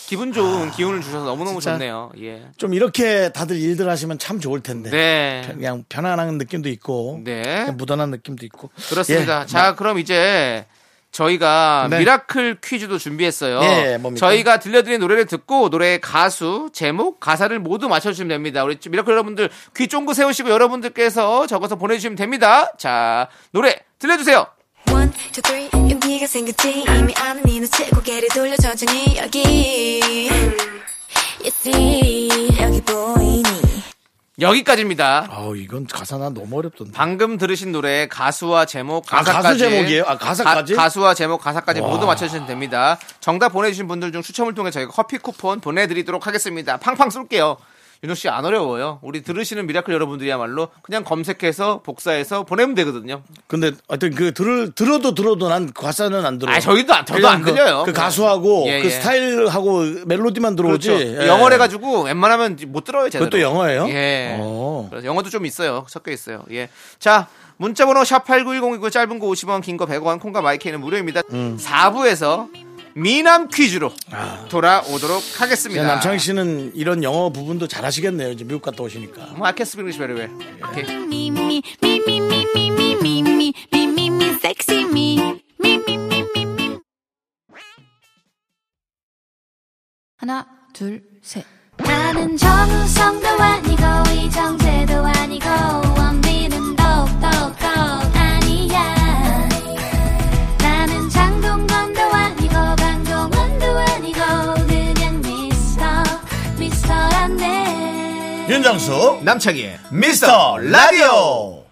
Speaker 2: 기분 좋은 기운을 주셔서 너무너무
Speaker 1: 진짜.
Speaker 2: 좋네요. 예.
Speaker 1: 좀 이렇게 다들 일들 하시면 참 좋을 텐데
Speaker 2: 네.
Speaker 1: 그냥 편안한 느낌도 있고
Speaker 2: 네.
Speaker 1: 그냥 무던한 느낌도 있고
Speaker 2: 그렇습니다.
Speaker 1: 예,
Speaker 2: 자, 그럼 이제 저희가
Speaker 1: 네.
Speaker 2: 미라클 퀴즈도 준비했어요.
Speaker 1: 예, 뭡니까?
Speaker 2: 저희가 들려드린 노래를 듣고 노래의 가수, 제목, 가사를 모두 맞춰주시면 됩니다. 우리 미라클 여러분들 귀 쫑긋 세우시고 여러분들께서 적어서 보내주시면 됩니다. 자, 노래 들려주세요.
Speaker 5: One, two, three, 용기가 생겼지 이미 아는 이 눈치 고개를 돌려 천천히 여기 You see 여기 보이니
Speaker 2: 여기까지입니다.
Speaker 1: 아우 이건 가사 나 너무 어렵던데
Speaker 2: 방금 들으신 노래 가수와 제목,
Speaker 1: 아, 가수
Speaker 2: 가사까지
Speaker 1: 제목이에요? 아, 가사까지?
Speaker 2: 가, 수와 제목, 가사까지 모두 맞춰주시면 됩니다. 정답 보내주신 분들 중 추첨을 통해 저희가 커피 쿠폰 보내드리도록 하겠습니다. 팡팡 쏠게요. 윤호 씨 안 어려워요. 우리 들으시는 미라클 여러분들이야말로 그냥 검색해서 복사해서 보내면 되거든요.
Speaker 1: 근데 하여튼 그 들을 들어도 들어도 난그 가사는 안 들어
Speaker 2: 아 저희도 안- 저도 안
Speaker 1: 그냥
Speaker 2: 들려요.
Speaker 1: 그, 그 가수하고
Speaker 2: 예,
Speaker 1: 그
Speaker 2: 예.
Speaker 1: 스타일하고 멜로디만 들어오지
Speaker 2: 그렇죠.
Speaker 1: 예.
Speaker 2: 영어를 해가지고 웬만하면 못 들어요 제대로.
Speaker 1: 그것도 영어예요?
Speaker 2: 예.
Speaker 1: 오.
Speaker 2: 그래서 영어도 좀 있어요. 섞여 있어요. 예. 자. 문자번호 샵8910이고 짧은 거 50원, 긴 거 100원, 콩과 마이크는 무료입니다.
Speaker 1: 음.
Speaker 2: 4부에서 미남 퀴즈로 돌아오도록
Speaker 1: 이제
Speaker 2: 하겠습니다.
Speaker 1: 남창희 씨는 이런 영어 부분도 잘하시겠네요 이제 미국 갔다 오시니까
Speaker 2: 뭐, I can speak English very well. 오케이.
Speaker 5: Me, me, me, me, me, me, me, me, me, me, me, me, sexy me. Me, me, me, me, me. 나는 정우성도 아니고, 이정재도 아니고, 원빈은 더욱더 아니야. 나는 장동건도 아니고, 강동원도 아니고, 그냥 미스터, 미스터란데.
Speaker 1: 윤정수
Speaker 6: 남창희의 미스터 라디오.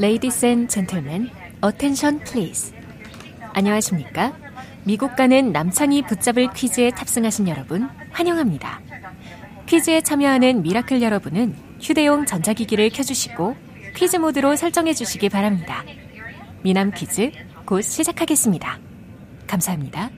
Speaker 10: Ladies and gentlemen, attention please. 안녕하십니까? 미국 가는 남창희 붙잡을 퀴즈에 탑승하신 여러분, 환영합니다. 퀴즈에 참여하는 미라클 여러분은 휴대용 전자기기를 켜주시고 퀴즈 모드로 설정해 주시기 바랍니다. 미남 퀴즈 곧 시작하겠습니다. 감사합니다.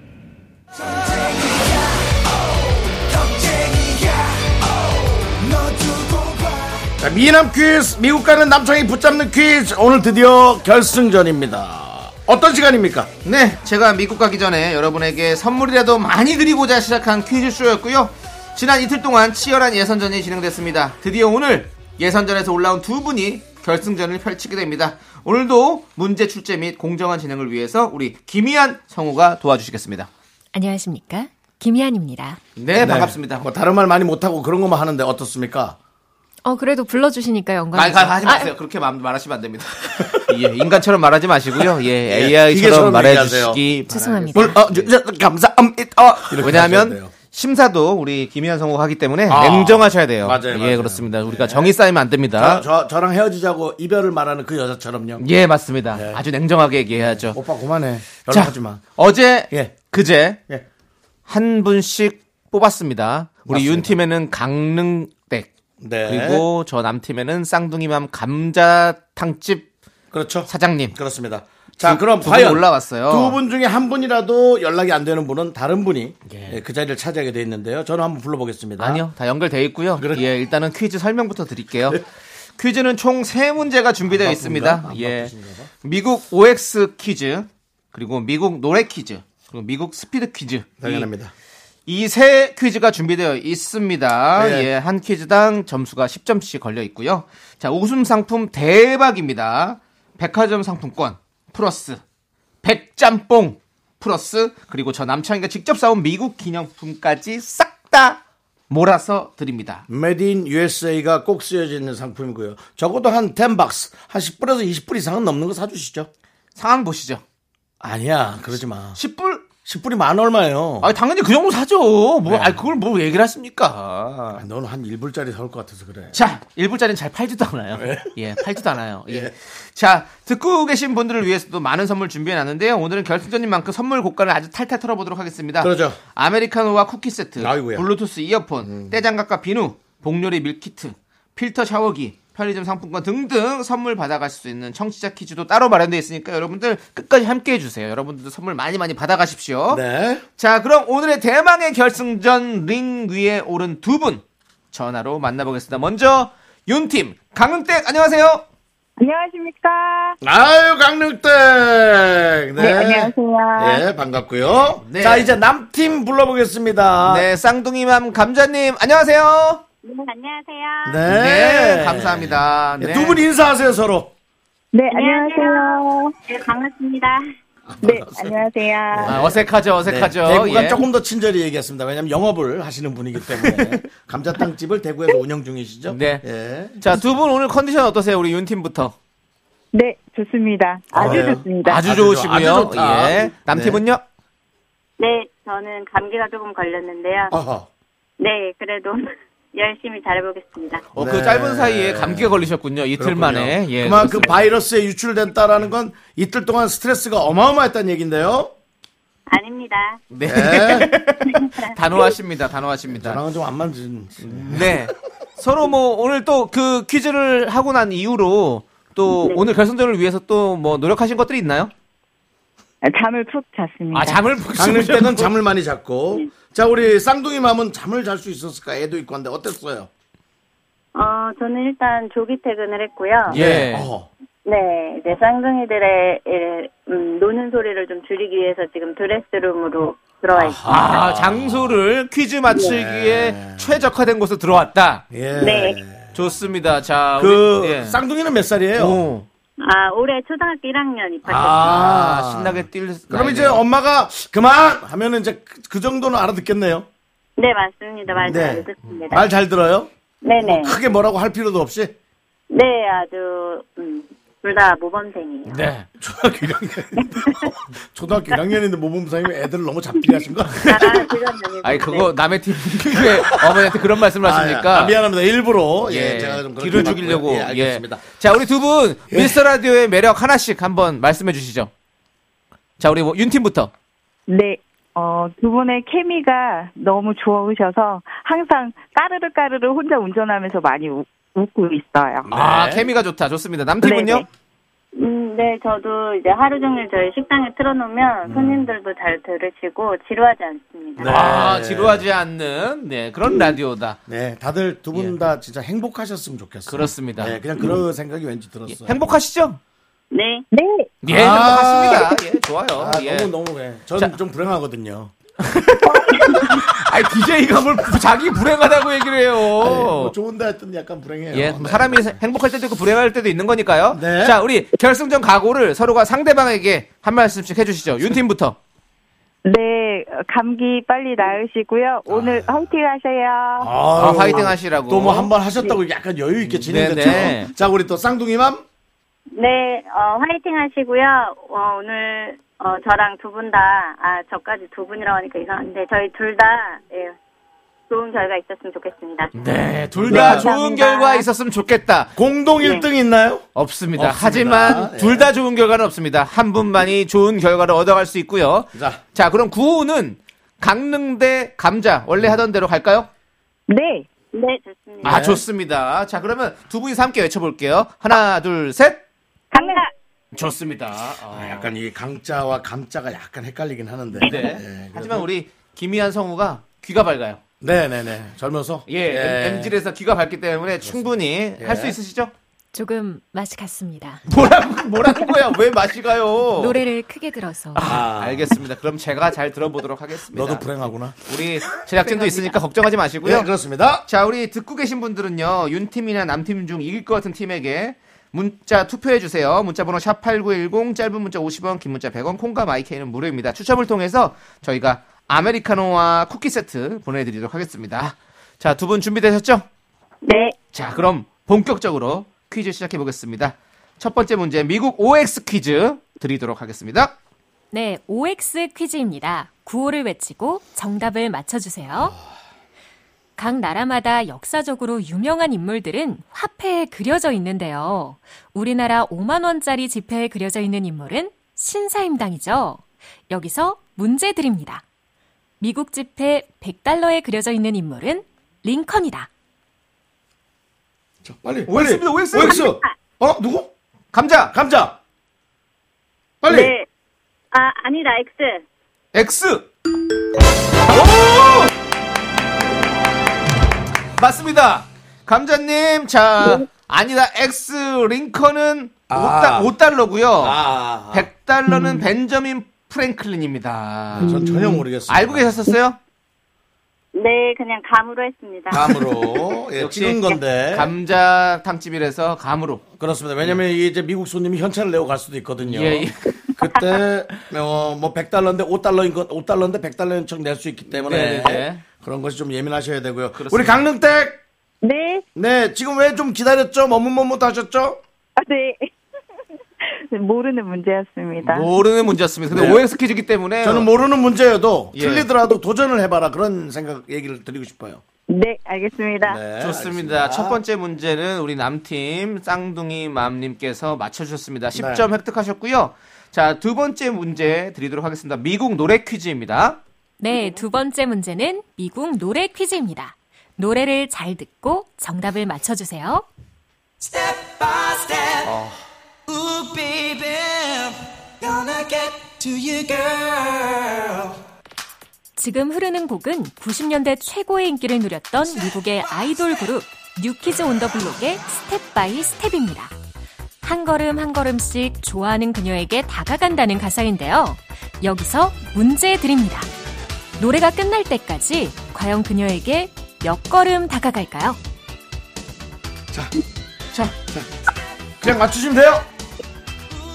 Speaker 1: 자, 미남 퀴즈 미국 가는 남창희 붙잡는 퀴즈 오늘 드디어 결승전입니다 어떤 시간입니까?
Speaker 2: 네, 제가 미국 가기 전에 여러분에게 선물이라도 많이 드리고자 시작한 퀴즈쇼였고요. 지난 이틀 동안 치열한 예선전이 진행됐습니다. 드디어 오늘 예선전에서 올라온 두 분이 결승전을 펼치게 됩니다. 오늘도 문제 출제 및 공정한 진행을 위해서 우리 김희한 성우가 도와주시겠습니다.
Speaker 10: 안녕하십니까? 김희안입니다.
Speaker 2: 네, 반갑습니다.
Speaker 1: 뭐 다른 말 많이 못하고 그런 것만 하는데 어떻습니까?
Speaker 10: 어, 그래도 불러주시니까
Speaker 2: 말
Speaker 10: 영광이죠.
Speaker 2: 가- 하지 마세요. 그렇게 마- 말하시면 안 됩니다. 아, 예, 인간처럼 말하지 마시고요. 예, AI처럼
Speaker 1: 기계처럼
Speaker 2: 말해
Speaker 1: 얘기하세요.
Speaker 2: 주시기
Speaker 10: 아, 죄송합니다.
Speaker 1: 뭘, 어, 저, 저, 감사합니다. 이렇게
Speaker 2: 음,
Speaker 1: 하셔야
Speaker 2: 어. 왜냐하면
Speaker 1: 돼요.
Speaker 2: 심사도 우리 김희연 성우가 하기 때문에
Speaker 1: 아,
Speaker 2: 냉정하셔야 돼요.
Speaker 1: 맞아요,
Speaker 2: 예,
Speaker 1: 맞아요.
Speaker 2: 그렇습니다. 우리가 정이 쌓이면 안 됩니다.
Speaker 1: 저, 저, 저랑 헤어지자고 이별을 말하는 그 여자처럼요.
Speaker 2: 예, 맞습니다. 아주 냉정하게 얘기해야죠.
Speaker 1: 오빠 그만해. 어, 연락하지 마.
Speaker 2: 어제,
Speaker 1: 예.
Speaker 2: 그제
Speaker 1: 예.
Speaker 2: 한 분씩 뽑았습니다. 우리
Speaker 1: 맞습니다.
Speaker 2: 윤 팀에는 강릉댁
Speaker 1: 네.
Speaker 2: 그리고 저 남 팀에는 쌍둥이맘 감자탕집
Speaker 1: 그렇죠.
Speaker 2: 사장님.
Speaker 1: 그렇습니다. 자,
Speaker 2: 두-
Speaker 1: 그럼
Speaker 2: 두분
Speaker 1: 과연
Speaker 2: 올라왔어요.
Speaker 1: 두 분 중에 한 분이라도 연락이 안 되는 분은 다른 분이 예, 그 자리를 차지하게 돼 있는데요. 저는 한번 불러보겠습니다.
Speaker 2: 아니요, 다 연결돼 있고요.
Speaker 1: 그래.
Speaker 2: 예, 일단은 퀴즈 설명부터 드릴게요. 퀴즈는 총 세 문제가 준비되어 있습니다. 예, 미국 OX 퀴즈, 그리고 미국 노래 퀴즈, 그리고 미국 스피드 퀴즈.
Speaker 1: 당연합니다.
Speaker 2: 이 세 퀴즈가 준비되어 있습니다.
Speaker 1: 네.
Speaker 2: 예, 한 퀴즈당 점수가 10점씩 걸려 있고요. 자, 웃음 상품 대박입니다. 백화점 상품권 플러스 백짬뽕 플러스 그리고 저 남창이가 직접 사온 미국 기념품까지 싹 다 몰아서 드립니다.
Speaker 1: Made in USA가 꼭 쓰여져 있는 상품이고요. 적어도 한 10박스, 한 10불에서 20불 이상은 넘는 거 사주시죠.
Speaker 2: 상황 보시죠.
Speaker 1: 아니야, 그러지 마.
Speaker 2: 10불?
Speaker 1: 10불이 만 얼마예요.
Speaker 2: 아, 당연히 그 정도 사죠. 뭐, 아, 그걸 뭐 얘기를 하십니까?
Speaker 1: 아, 너는 한 1불짜리 사올 것 같아서 그래.
Speaker 2: 자, 1불짜리는 잘 팔지도 않아요. 예, 팔지도 않아요. 예. 자, 듣고 계신 분들을 위해서도 많은 선물 준비해 놨는데요. 오늘은 결승전인 만큼 선물 고가를 아주 탈탈 털어보도록 하겠습니다.
Speaker 1: 그러죠.
Speaker 2: 아메리카노와 쿠키 세트,
Speaker 1: 아이고야. 음.
Speaker 2: 블루투스 이어폰, 떼장갑과 비누, 복요리 밀키트, 필터 샤워기, 편의점 상품권 등등 선물 받아가실 수 있는 청취자 퀴즈도 따로 마련되어 있으니까 여러분들 끝까지 함께 해주세요. 여러분들도 선물 많이 많이 받아가십시오.
Speaker 1: 네.
Speaker 2: 자, 그럼 오늘의 대망의 결승전 링 위에 오른 두 분 전화로 만나보겠습니다. 먼저 윤팀 강은택 안녕하세요.
Speaker 8: 안녕하십니까.
Speaker 1: 아유 강릉댁. 네.
Speaker 8: 네, 안녕하세요.
Speaker 1: 예, 반갑고요.
Speaker 2: 네.
Speaker 1: 자, 이제 남팀 불러보겠습니다.
Speaker 2: 네, 쌍둥이맘 감자님 안녕하세요.
Speaker 8: 네, 안녕하세요.
Speaker 1: 네. 예,
Speaker 2: 네, 감사합니다. 네.
Speaker 1: 두 분 인사하세요, 서로.
Speaker 8: 네, 안녕하세요. 네, 반갑습니다. 네, 안녕하세요.
Speaker 2: 아, 어색하죠, 어색하죠.
Speaker 1: 네, 대구간
Speaker 2: 예.
Speaker 1: 조금 더 친절히 얘기했습니다. 왜냐하면 영업을 하시는 분이기 때문에 감자탕집을 대구에서 운영 중이시죠.
Speaker 2: 네.
Speaker 1: 예.
Speaker 2: 자, 두 분 오늘 컨디션 어떠세요? 우리 윤팀부터.
Speaker 8: 네, 좋습니다. 아주
Speaker 1: 그래요?
Speaker 8: 좋습니다.
Speaker 2: 아주,
Speaker 1: 네. 아주 좋-
Speaker 2: 좋으시고요.
Speaker 1: 아주 좋다.
Speaker 2: 예. 남팀은요?
Speaker 8: 네, 저는 감기가 조금 걸렸는데요.
Speaker 1: 어허.
Speaker 8: 네, 그래도 열심히 잘해보겠습니다.
Speaker 2: 어,
Speaker 1: 네.
Speaker 2: 그 짧은 사이에 감기가 걸리셨군요. 이틀 만에.
Speaker 1: 그렇군요.
Speaker 2: 예.
Speaker 1: 그만큼
Speaker 2: 그렇습니다.
Speaker 1: 바이러스에 유출됐다라는 건 이틀 동안 스트레스가 어마어마했다는 얘기인데요.
Speaker 8: 아닙니다.
Speaker 2: 네. 단호하십니다. 단호하십니다.
Speaker 1: 저랑은 좀 안 맞은.
Speaker 2: 네.
Speaker 1: 네.
Speaker 2: 서로 뭐 오늘 또 그 퀴즈를 하고 난 이후로 또
Speaker 1: 네.
Speaker 2: 오늘 결승전을 위해서 또 뭐 노력하신 것들이 있나요?
Speaker 8: 아, 잠을 푹 잤습니다.
Speaker 2: 아, 잠을 푹
Speaker 1: 강릉
Speaker 2: 주무셨-
Speaker 1: 때는 잠을 많이 잤고. 자, 우리 쌍둥이 맘은 잠을 잘 수 있었을까? 애도 있고 한데 어땠어요?
Speaker 8: 어, 저는 일단 조기 퇴근을 했고요.
Speaker 2: 예.
Speaker 1: 어허.
Speaker 8: 네, 이제 쌍둥이들의 예, 음, 노는 소리를 좀 줄이기 위해서 지금 드레스룸으로 들어와 있습니다.
Speaker 2: 아, 장소를 퀴즈 맞추기에
Speaker 1: 네.
Speaker 2: 최적화된 곳으로 들어왔다.
Speaker 1: 예.
Speaker 8: 네.
Speaker 2: 좋습니다. 자,
Speaker 1: 그
Speaker 2: 우리- 예.
Speaker 1: 쌍둥이는 몇 살이에요?
Speaker 2: 오.
Speaker 8: 아, 올해 초등학교 1학년 입학했습니다.
Speaker 2: 아, 신나게 뛸.
Speaker 1: 그럼 이제 엄마가 그만 하면은 이제 그- 그 정도는 알아듣겠네요.
Speaker 8: 네,
Speaker 1: 네.
Speaker 8: 맞습니다. 말잘 듣습니다.
Speaker 1: 말 잘 들어요?
Speaker 8: 네네.
Speaker 1: 크게 뭐라고 할 필요도 없이.
Speaker 8: 네, 아주, 음, 둘 다 모범생이에요.
Speaker 2: 네.
Speaker 1: 초등학교 1학년. 초등학교 1학년인데 모범생이면 애들을 너무 잡히게 하신 거?
Speaker 8: 아,
Speaker 2: 아니
Speaker 8: 그건 아니고.
Speaker 2: 그거 남의 팀 왜 어머니한테 그런 말씀을 하십니까?
Speaker 1: 아, 미안합니다. 일부러. 예, 제가 좀 그렇게
Speaker 2: 뒤를
Speaker 1: 봤고요.
Speaker 2: 죽이려고.
Speaker 1: 예, 알겠습니다.
Speaker 2: 예. 자, 우리 두 분
Speaker 1: 예.
Speaker 2: 미스터 라디오의 매력 하나씩 한번 말씀해 주시죠. 자, 우리 뭐 윤팀부터.
Speaker 8: 네. 어, 두 분의 케미가 너무 좋으셔서 항상 까르르 까르르 혼자 운전하면서 많이 우- 웃고 있어요.
Speaker 2: 아,
Speaker 1: 네.
Speaker 2: 케미가 좋다. 좋습니다. 남팀은요?
Speaker 8: 네네. 음, 네, 저도 이제 하루 종일 저희 식당에
Speaker 2: 음.
Speaker 8: 틀어놓으면 손님들도 잘 들으시고 지루하지 않습니다.
Speaker 2: 아, 지루하지 않는 네,
Speaker 8: 음.
Speaker 2: 그런 라디오다.
Speaker 1: 네, 다들 두 분 다 진짜 행복하셨으면 좋겠어요.
Speaker 2: 예. 그렇습니다. 음. 예,
Speaker 1: 네, 그냥 그런 생각이 왠지 들었어요.
Speaker 2: 행복하시죠?
Speaker 8: 네. 네.
Speaker 2: 예,
Speaker 1: 아.
Speaker 2: 행복하십니다. 예, 좋아요.
Speaker 1: 아,
Speaker 2: 예.
Speaker 1: 너무 너무 해. 저는 좀 불행하거든요.
Speaker 2: 아니, DJ가 뭘 부- 자기 불행하다고 얘기를 해요.
Speaker 1: 네, 뭐 좋은데 하여튼 약간 불행해요.
Speaker 2: 어. 예,
Speaker 1: 네.
Speaker 2: 사람이 행복할 때도 있고 불행할 때도 있는 거니까요.
Speaker 1: 네.
Speaker 2: 자, 우리 결승전 각오를 서로가 상대방에게 한 말씀씩 해주시죠. 윤팀부터.
Speaker 8: 네, 감기 빨리 나으시고요. 오늘 화이팅 하세요.
Speaker 1: 아유,
Speaker 2: 아, 화이팅 하시라고.
Speaker 1: 또 뭐 한 번 하셨다고 약간 여유 있게 진행됐죠.
Speaker 2: 네네.
Speaker 1: 자, 우리 또 쌍둥이맘.
Speaker 8: 네, 어, 화이팅 하시고요. 어, 오늘 어, 저랑 두 분 다, 아, 저까지 두 분이라고 하니까 이상한데, 저희 둘 다, 예, 좋은 결과 있었으면 좋겠습니다.
Speaker 2: 네, 둘 다
Speaker 1: 네.
Speaker 2: 좋은 결과 있었으면 좋겠다.
Speaker 1: 공동 1등 있나요?
Speaker 2: 없습니다.
Speaker 1: 없습니다.
Speaker 2: 하지만
Speaker 1: 예.
Speaker 2: 둘 다 좋은 결과는 없습니다. 한 분만이 좋은 결과를 얻어갈 수 있고요.
Speaker 1: 자.
Speaker 2: 그럼 구호는 강릉대 감자 원래 하던 대로 갈까요?
Speaker 8: 네. 네, 좋습니다.
Speaker 2: 아, 좋습니다. 자, 그러면 두 분이서 함께 외쳐볼게요. 하나, 둘, 셋.
Speaker 8: 갑니다.
Speaker 2: 좋습니다. 어.
Speaker 1: 아, 약간 이 강자와 감자가 약간 헷갈리긴 하는데.
Speaker 2: 네.
Speaker 1: 예,
Speaker 2: 하지만 우리 김희한 성우가 귀가 밝아요.
Speaker 1: 네네네. 젊어서.
Speaker 2: 예, 엠 MZ에서 귀가 밝기 때문에 충분히 할
Speaker 1: 예.
Speaker 2: 수 있으시죠?
Speaker 10: 조금 맛이 갔습니다.
Speaker 2: 뭐라고, 뭐라는 거야? 왜 맛이 가요?
Speaker 10: 노래를 크게 들어서
Speaker 2: 아, 알겠습니다. 그럼 제가 잘 들어보도록 하겠습니다.
Speaker 1: 너도 불행하구나.
Speaker 2: 우리 제작진도 있으니까 걱정하지 마시고요.
Speaker 1: 예, 그렇습니다.
Speaker 2: 자, 우리 듣고 계신 분들은요, 윤팀이나 남팀 중 이길 것 같은 팀에게 문자 투표해주세요. 문자번호 샵8910, 짧은 문자 50원, 긴 문자 100원, 콩과 마이케이는 무료입니다. 추첨을 통해서 저희가 아메리카노와 쿠키 세트 보내드리도록 하겠습니다. 자, 두 분 준비되셨죠?
Speaker 8: 네.
Speaker 2: 자, 그럼 본격적으로 퀴즈 시작해 보겠습니다. 첫 번째 문제 미국 OX 퀴즈 드리도록 하겠습니다.
Speaker 10: 네, OX 퀴즈입니다. 구호를 외치고 정답을 맞춰주세요. 각 나라마다 역사적으로 유명한 인물들은 화폐에 그려져 있는데요. 우리나라 5만원짜리 지폐에 그려져 있는 인물은 신사임당이죠. 여기서 문제 드립니다. 미국 지폐 100달러에 그려져 있는 인물은 링컨이다.
Speaker 1: 자, 빨리.
Speaker 2: OX입니다,
Speaker 1: 빨리.
Speaker 2: OX.
Speaker 1: 어, 누구?
Speaker 2: 감자.
Speaker 1: 감자. 빨리.
Speaker 11: 네. 아, 아니다, X.
Speaker 2: X. 맞습니다. 감자님, 자, 아니다, X 링컨은
Speaker 1: 아.
Speaker 2: 5, 달러고요
Speaker 1: 아, 아.
Speaker 2: 100달러는 벤저민 프랭클린입니다.
Speaker 1: 아, 전 전혀 모르겠어요.
Speaker 2: 음, 알고 계셨었어요?
Speaker 11: 네, 그냥 감으로 했습니다.
Speaker 1: 감으로 예,
Speaker 2: 역시
Speaker 1: 찍은 건데
Speaker 2: 감자 탕집이라서 감으로.
Speaker 1: 그렇습니다. 왜냐면 이게 이제 미국 손님이 현찰을 내고 갈 수도 있거든요.
Speaker 2: 예, 예.
Speaker 1: 그때 어, 뭐 100달러인데 5달러인 것 5달러인데 100달러인 척 낼 수 있기
Speaker 2: 네,
Speaker 1: 때문에
Speaker 2: 네.
Speaker 1: 그런 것이 좀 예민하셔야 되고요. 우리 강릉댁
Speaker 11: 네,
Speaker 1: 네 지금 왜 좀 기다렸죠? 머뭇머뭇 하셨죠?
Speaker 11: 아, 네. 모르는 문제였습니다.
Speaker 2: 모르는 문제였습니다. 근데
Speaker 1: 네.
Speaker 2: OX 퀴즈기 때문에.
Speaker 1: 저는 모르는 문제여도
Speaker 2: 예.
Speaker 1: 틀리더라도 도전을 해봐라 그런 생각 얘기를 드리고 싶어요.
Speaker 11: 네, 알겠습니다.
Speaker 1: 네,
Speaker 2: 아, 좋습니다.
Speaker 1: 알겠습니다.
Speaker 2: 첫 번째 문제는 우리 남팀 쌍둥이 맘님께서 맞춰주셨습니다.
Speaker 1: 네.
Speaker 2: 10점 획득하셨고요. 자, 두 번째 문제 드리도록 하겠습니다. 미국 노래 퀴즈입니다.
Speaker 10: 네, 두 번째 문제는 미국 노래 퀴즈입니다. 노래를 잘 듣고 정답을 맞춰주세요.
Speaker 2: 어.
Speaker 10: 지금 흐르는 곡은 90년대 최고의 인기를 누렸던 미국의 아이돌 그룹 뉴키즈 온 더 블록의 스텝 바이 스텝입니다. 한 걸음 한 걸음씩 좋아하는 그녀에게 다가간다는 가사인데요. 여기서 문제 드립니다. 노래가 끝날 때까지 과연 그녀에게 몇 걸음 다가갈까요?
Speaker 1: 그냥 맞추시면 돼요.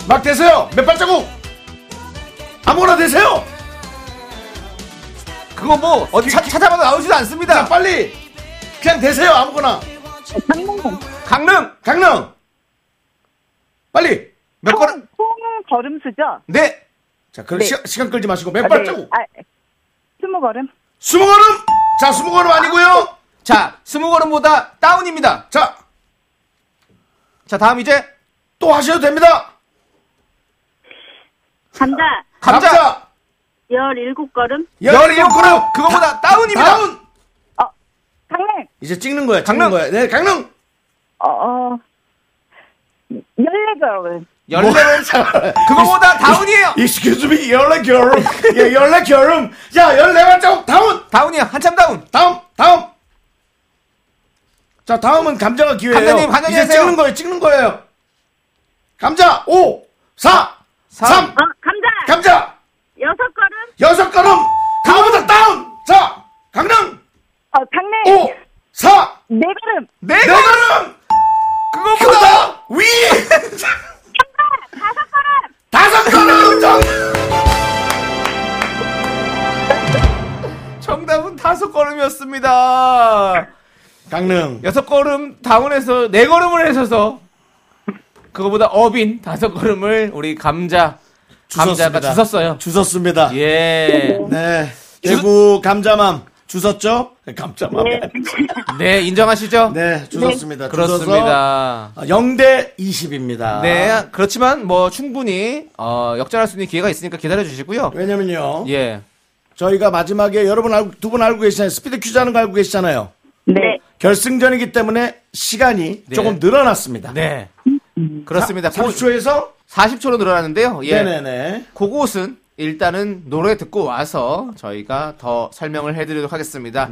Speaker 1: 막 대세요. 몇 발자국 아무거나 대세요.
Speaker 2: 그거 뭐, 어디 찾- 찾아봐도 나오지도 않습니다.
Speaker 1: 자 빨리 그냥 대세요 아무거나
Speaker 2: 강릉!
Speaker 1: 강릉 빨리
Speaker 2: 몇 걸음?
Speaker 11: 콩은 걸음수죠?
Speaker 2: 네!
Speaker 1: 자 그럼
Speaker 11: 네.
Speaker 1: 시간, 시간 끌지 마시고 몇 발자국
Speaker 11: 아, 스무 걸음?
Speaker 1: 스무 걸음 자 스무 걸음 아니고요
Speaker 2: 자, 스무 걸음보다 다운입니다.
Speaker 1: 자 또
Speaker 2: 자, 다음 이제
Speaker 1: 하셔도 됩니다
Speaker 11: 감자,
Speaker 2: 감자!
Speaker 1: 감자
Speaker 11: 17걸음?
Speaker 1: 열일곱 걸음
Speaker 2: 그거보다 다운입니다.
Speaker 1: 다운
Speaker 11: 어, 강릉!
Speaker 1: 이제 찍는 거야 찍는
Speaker 2: 강릉.
Speaker 1: 거야 네 강릉
Speaker 11: 어, 어. 14걸음.
Speaker 2: 열네
Speaker 1: 뭐
Speaker 2: 번 그거보다 다운이에요!
Speaker 1: Excuse me 열네 걸음 예 열네 걸음 자 열네 발자국 다운
Speaker 2: 다운이에요. 한참 다운!
Speaker 1: 다음 다음 자 다음은 감자가 기회예요
Speaker 2: 감자님, 감자님
Speaker 1: 이제
Speaker 2: 하세요.
Speaker 1: 찍는 거예요 찍는 거예요 감자 5 4 3
Speaker 11: 어, 감자!
Speaker 1: 감자
Speaker 11: 여섯 걸음?
Speaker 1: 여섯 걸음 가보다 다운 자 강릉
Speaker 11: 어, 강릉!
Speaker 1: 5 4
Speaker 11: 네 걸음!
Speaker 1: 네 걸음 그거보다 위
Speaker 11: 다섯 걸음!
Speaker 1: 다섯 걸음 정
Speaker 2: 정답은 다섯 걸음이었습니다.
Speaker 1: 강릉
Speaker 2: 여섯 걸음 다운해서 네 걸음을 해서서 그거보다 업인 다섯 걸음을 우리 감자 감자가 주셨어요.
Speaker 1: 주셨습니다
Speaker 2: 예.
Speaker 1: 네 대구 감자맘 주셨죠 감자맘
Speaker 11: 네.
Speaker 2: 네, 인정하시죠?
Speaker 1: 네 주셨습니다 아,
Speaker 2: 그렇습니다.
Speaker 1: 0대 20입니다
Speaker 2: 네, 그렇지만 뭐 충분히 어, 역전할 수 있는 기회가 있으니까 기다려 주시고요.
Speaker 1: 왜냐면요
Speaker 2: 예.
Speaker 1: 저희가 마지막에 여러분 알고 두 분 알고 계시잖아요 스피드 퀴즈 하는 거 알고 계시잖아요
Speaker 11: 네.
Speaker 1: 결승전이기 때문에 시간이
Speaker 2: 네.
Speaker 1: 조금 늘어났습니다
Speaker 2: 네. 그렇습니다.
Speaker 1: 30초에서
Speaker 2: 40초로 늘어났는데요. 예.
Speaker 1: 네네네.
Speaker 2: 그곳은 일단은 노래 듣고 와서 저희가 더 설명을 해드리도록 하겠습니다.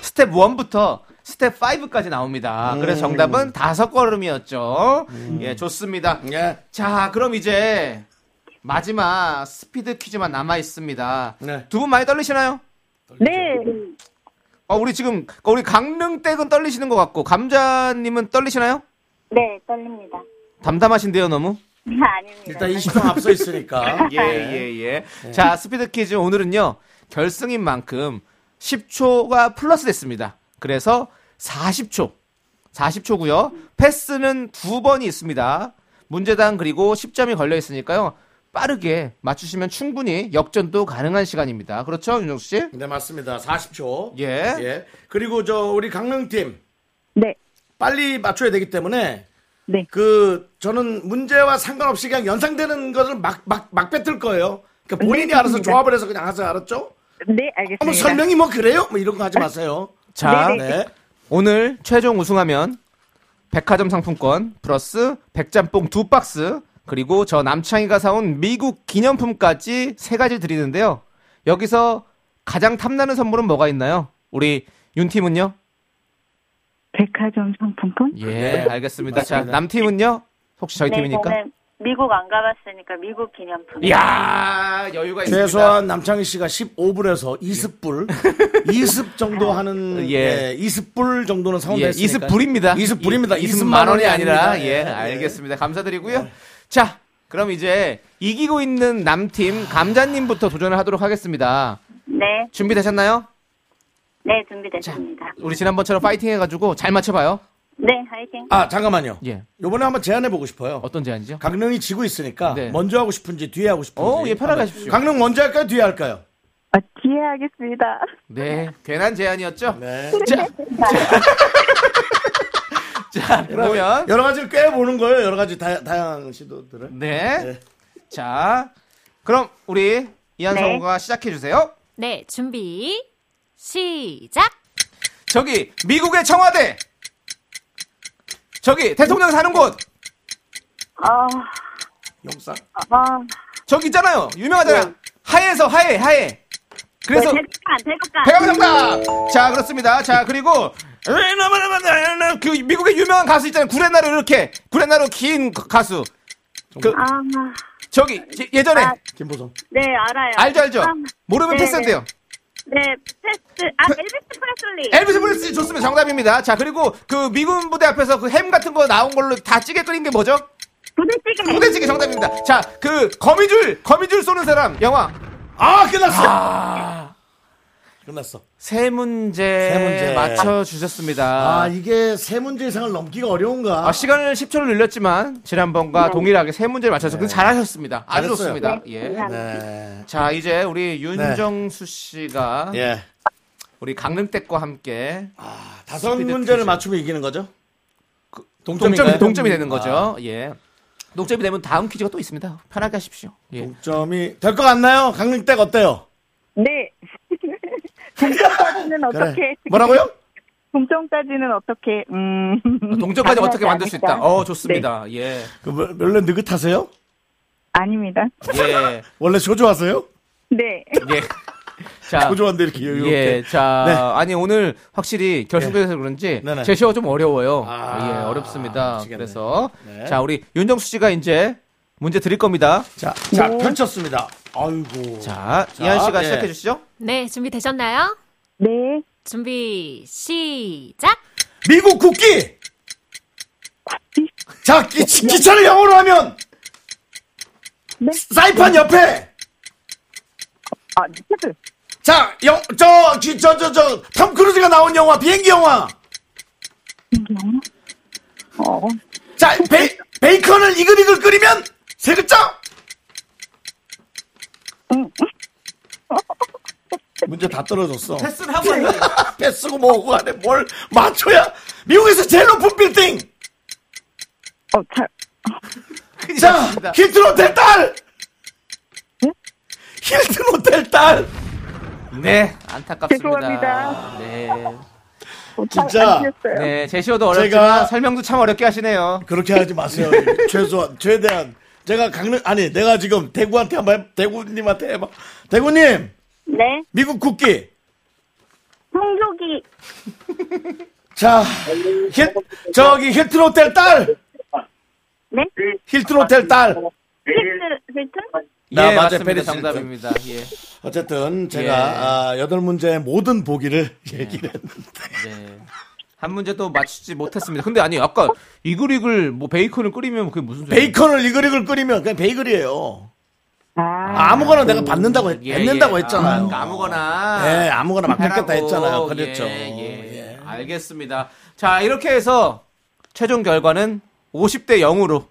Speaker 2: 스텝 1부터 스텝 5까지 나옵니다. 그래서
Speaker 1: 음.
Speaker 2: 정답은 다섯 걸음이었죠. 예, 좋습니다.
Speaker 1: 예.
Speaker 2: 자, 그럼 이제 마지막 스피드 퀴즈만 남아 있습니다.
Speaker 1: 네.
Speaker 2: 두 분 많이 떨리시나요?
Speaker 11: 네.
Speaker 2: 어, 우리 지금 우리 강릉댁은 떨리시는 것 같고 감자님은 떨리시나요?
Speaker 11: 네, 떨립니다.
Speaker 2: 담담하신데요, 너무.
Speaker 11: 아닙니다.
Speaker 1: 일단 20분 앞서 있으니까.
Speaker 2: 예, 예, 예. 자, 스피드 퀴즈 오늘은요, 결승인 만큼 10초가 플러스 됐습니다. 그래서 40초. 40초고요 패스는 두 번이 있습니다. 문제당 그리고 10점이 걸려 있으니까요. 빠르게 맞추시면 충분히 역전도 가능한 시간입니다. 그렇죠, 윤정수 씨?
Speaker 1: 네, 맞습니다. 40초.
Speaker 2: 예.
Speaker 1: 그리고 저 우리 강릉팀
Speaker 11: 네.
Speaker 1: 빨리 맞춰야 되기 때문에
Speaker 11: 네.
Speaker 1: 그 저는 문제와 상관없이 그냥 연상되는 것을 막 막 막 뱉을 거예요. 그러니까 본인이
Speaker 8: 네,
Speaker 1: 알아서
Speaker 8: 좋습니다.
Speaker 1: 조합을 해서 그냥 하세요. 알았죠?
Speaker 8: 네, 알겠습니다.
Speaker 1: 뭐 설명이 뭐 그래요? 뭐 이런 거 하지 마세요.
Speaker 2: 자,
Speaker 1: 네. 네.
Speaker 2: 오늘 최종 우승하면 백화점 상품권 플러스 백짬뽕 두 박스 그리고 저 남창희가 사온 미국 기념품까지 세 가지 드리는데요. 여기서 가장 탐나는 선물은 뭐가 있나요? 우리 윤 팀은요?
Speaker 8: 백화점 상품권?
Speaker 2: 예, 알겠습니다. 자,
Speaker 8: 맞습니다.
Speaker 2: 남 팀은요? 혹시 저희 팀이니까?
Speaker 11: 네, 저는 미국 안 가봤으니까 미국 기념품.
Speaker 2: 이야, 여유가 있습니다.
Speaker 1: 최소한 남창희 씨가 15불에서 20불, 20 정도 하는
Speaker 2: 예.
Speaker 1: 예, 20불 정도는
Speaker 2: 예,
Speaker 1: 사온다
Speaker 2: 이습 불입니다. 예,
Speaker 1: 이습 불입니다.
Speaker 2: 이-
Speaker 1: 이습
Speaker 2: 이습 만 원이
Speaker 1: 아닙니다.
Speaker 2: 아니라 예, 알겠습니다. 감사드리고요. 자, 그럼 이제 이기고 있는 남팀 감자님부터 도전을 하도록 하겠습니다.
Speaker 11: 네,
Speaker 2: 준비되셨나요?
Speaker 11: 네 준비됐습니다.
Speaker 2: 우리 지난번처럼 파이팅 해가지고 잘 맞춰봐요.
Speaker 11: 네, 화이팅.
Speaker 1: 아 잠깐만요.
Speaker 2: 예.
Speaker 1: 요번에 한번 제안해 보고 싶어요.
Speaker 2: 어떤 제안이죠?
Speaker 1: 강릉이 지고 있으니까 먼저 하고 싶은지 뒤에 하고 싶은지.
Speaker 2: 어, 예, 편하게 하십시오.
Speaker 1: 강릉 먼저 할까요? 뒤에 할까요?
Speaker 8: 아, 이해하겠습니다.
Speaker 2: 네, 괜한 제안이었죠?
Speaker 1: 네.
Speaker 2: 자, 자, 그러면
Speaker 1: 여러 가지를 꽤 보는 거예요. 여러 가지 다, 다양한 시도들을.
Speaker 2: 네. 자, 그럼 우리 이한성우가 시작해 주세요.
Speaker 10: 네, 준비 시작.
Speaker 2: 저기 미국의 청와대. 저기 대통령 사는 곳.
Speaker 11: 아,
Speaker 1: 용산. 네.
Speaker 11: 아,
Speaker 2: 저기 있잖아요. 유명하잖아요. 하에서 하에 하에. 그래서
Speaker 11: 대국간, 대국간.
Speaker 2: 대강 정답. 자 그렇습니다. 자 그리고 그 미국의 유명한 가수 있잖아요. 구레나루 이렇게 구레나루 긴 가수. 그
Speaker 11: 아,
Speaker 2: 저기 예- 예전에
Speaker 11: 아,
Speaker 1: 김보성.
Speaker 11: 네 알아요.
Speaker 2: 알죠 알죠.
Speaker 11: 아,
Speaker 2: 모르면
Speaker 11: 네,
Speaker 2: 패스한대요. 그
Speaker 11: 네, 패스. 아, 엘비스
Speaker 1: 네.
Speaker 11: 프레슬리.
Speaker 2: 엘비스 프레스 좋습니다. 정답입니다. 자 그리고 그 미군 부대 앞에서 그 햄 같은 거 나온 걸로 다 찌개 끓인 게 뭐죠?
Speaker 11: 부대찌개.
Speaker 2: 부대찌개 정답입니다. 자, 그 거미줄 거미줄 쏘는 사람 영화
Speaker 1: 아 끝났어. 끝났어.
Speaker 2: 세 문제 세 문제
Speaker 1: 문제.
Speaker 2: 맞춰 주셨습니다.
Speaker 1: 아
Speaker 2: 아,
Speaker 1: 이게 세 문제 이상을 넘기가 어려운가?
Speaker 2: 시간을 10초를 늘렸지만 지난번과
Speaker 11: 네.
Speaker 2: 동일하게 세 문제를 맞춰서 근데 잘하셨습니다. 아주
Speaker 1: 음. 잘했어요.
Speaker 2: 좋습니다.
Speaker 11: 네,
Speaker 2: 예.
Speaker 11: 감사합니다.
Speaker 1: 네.
Speaker 2: 자, 이제 우리 윤정수 씨가
Speaker 1: 예. 아,
Speaker 2: 우리 강릉댁과 함께
Speaker 1: 다섯
Speaker 2: 스피드
Speaker 1: 문제를
Speaker 2: 퀴즈.
Speaker 1: 맞추면 이기는 거죠?
Speaker 2: 그, 동점이
Speaker 1: 동점인가요?
Speaker 2: 동점이 되는 거죠.
Speaker 1: 아.
Speaker 2: 예. 동점이 되면 다음 퀴즈가 또 있습니다. 편하게 하십시오. 예.
Speaker 1: 동점이 될 것 같나요? 강릉 댁 어때요?
Speaker 8: 네. 동점까지는
Speaker 1: 그래.
Speaker 8: 어떻게?
Speaker 1: 뭐라고요?
Speaker 8: 동점까지는 어떻게? 음.
Speaker 2: 아, 동점까지 어떻게
Speaker 8: 당연하지
Speaker 2: 만들 수 있다.
Speaker 8: 않을까?
Speaker 2: 어, 좋습니다. 예.
Speaker 1: 그 뭐- 원래 느긋하세요?
Speaker 8: 아닙니다.
Speaker 2: 예.
Speaker 1: 원래 조조하세요?
Speaker 8: 네.
Speaker 2: 예. 자,
Speaker 1: 조조한데 그 이렇게 여유롭게. 네. 예.
Speaker 2: 예, 자, 아니 오늘 확실히 결승전에서 그런지
Speaker 1: 네네.
Speaker 2: 제시어가 좀 어려워요.
Speaker 1: 아,
Speaker 2: 예, 어렵습니다.
Speaker 1: 미치겠네.
Speaker 2: 그래서
Speaker 1: 네.
Speaker 2: 자 우리 윤정수 씨가 이제 문제 드릴 겁니다.
Speaker 1: 자, 자 펼쳤습니다. 아이고.
Speaker 2: 자, 이한 씨가
Speaker 1: 예.
Speaker 2: 시작해 주시죠.
Speaker 10: 네, 준비되셨나요?
Speaker 8: 네.
Speaker 10: 준비 시작.
Speaker 1: 미국 국기. 자, 기, 차를 영어로 하면
Speaker 8: 네.
Speaker 1: 사이판 옆에.
Speaker 8: 아, 패스.
Speaker 1: 자, 영, 저, 기- 저, 저, 저, 톰 크루즈가 나온 영화, 비행기 영화.
Speaker 8: 어.
Speaker 1: 자, 베, 베이컨을 이글이글 끓이면 세 글자. 문제 다 떨어졌어.
Speaker 2: 패스를 하고 왔네.
Speaker 1: 패스고 뭐고 안에 뭘 맞춰야 미국에서 제일 높은 빌딩.
Speaker 8: 어, 잘.
Speaker 1: 자, 힐튼 호텔 딸. 힐튼 호텔 딸.
Speaker 2: 네, 안타깝습니다.
Speaker 8: 죄송합니다.
Speaker 2: 네,
Speaker 8: 어, 잘
Speaker 1: 진짜.
Speaker 8: 안 됐어요.
Speaker 2: 네, 제시어도 어렵지만
Speaker 1: 제가-
Speaker 2: 설명도 참 어렵게 하시네요.
Speaker 1: 그렇게 하지 마세요. 최소한 최대한 제가 강릉 아니 내가 지금 대구한테 한번 해- 대구님한테 해봐. 대구님
Speaker 11: 네,
Speaker 1: 미국 국기.
Speaker 11: 송조기.
Speaker 1: 자, 힐, 저기 힐튼 호텔 딸.
Speaker 11: 네,
Speaker 1: 힐튼 호텔 딸.
Speaker 11: 힐트, 힐튼.
Speaker 1: 나
Speaker 2: 예,
Speaker 1: 맞아,
Speaker 2: 맞습니다.
Speaker 1: 페리스
Speaker 2: 정답입니다. 예.
Speaker 1: 어쨌든
Speaker 2: 예.
Speaker 1: 제가 아, 여덟 문제의 모든 보기를 얘기를 했는데
Speaker 2: 네. 한 문제 또 맞추지 못했습니다. 근데 아니 아까 이글이글 뭐 베이컨을 끓이면 그게 무슨 소리예요?
Speaker 1: 베이컨을 이글이글 끓이면 그냥 베이글이에요.
Speaker 8: 아,
Speaker 1: 아무거나 내가 받는다고 했,
Speaker 2: 예,
Speaker 1: 뭐 뱉는다고
Speaker 2: 예.
Speaker 1: 했잖아요.
Speaker 2: 아, 아무거나.
Speaker 1: 예, 아무거나 막 뱉겠다
Speaker 2: 하라고.
Speaker 1: 했잖아요. 그랬죠.
Speaker 2: 예, 예.
Speaker 1: 예.
Speaker 2: 알겠습니다. 자, 이렇게 해서 최종 결과는 50대 0으로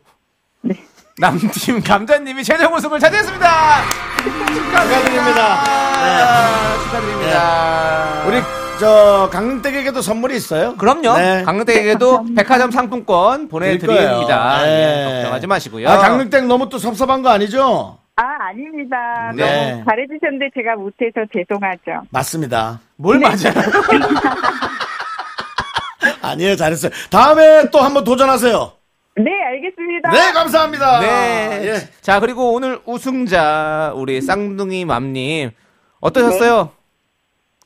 Speaker 2: 남팀 감자님이 최종 우승을 차지했습니다.
Speaker 1: 축하드립니다. 네.
Speaker 2: 아, 축하드립니다.
Speaker 1: 우리 저 강릉댁에게도 선물이 있어요.
Speaker 2: 그럼요.
Speaker 1: 네.
Speaker 2: 강릉댁에게도 백화점 상품권
Speaker 1: 드릴 거예요.
Speaker 2: 보내드립니다.
Speaker 1: 네.
Speaker 2: 예, 걱정하지 마시고요.
Speaker 1: 아, 강릉댁 너무 또 섭섭한 거 아니죠?
Speaker 8: 아, 아닙니다.
Speaker 1: 네.
Speaker 8: 너무 잘해주셨는데 제가 못해서 죄송하죠.
Speaker 1: 맞습니다. 뭘 맞아요? 아니에요, 잘했어요. 다음에 또 한번 도전하세요.
Speaker 8: 네, 알겠습니다.
Speaker 1: 네, 감사합니다. 예.
Speaker 2: 네. 자, 그리고 오늘 우승자, 우리 쌍둥이 맘님. 어떠셨어요?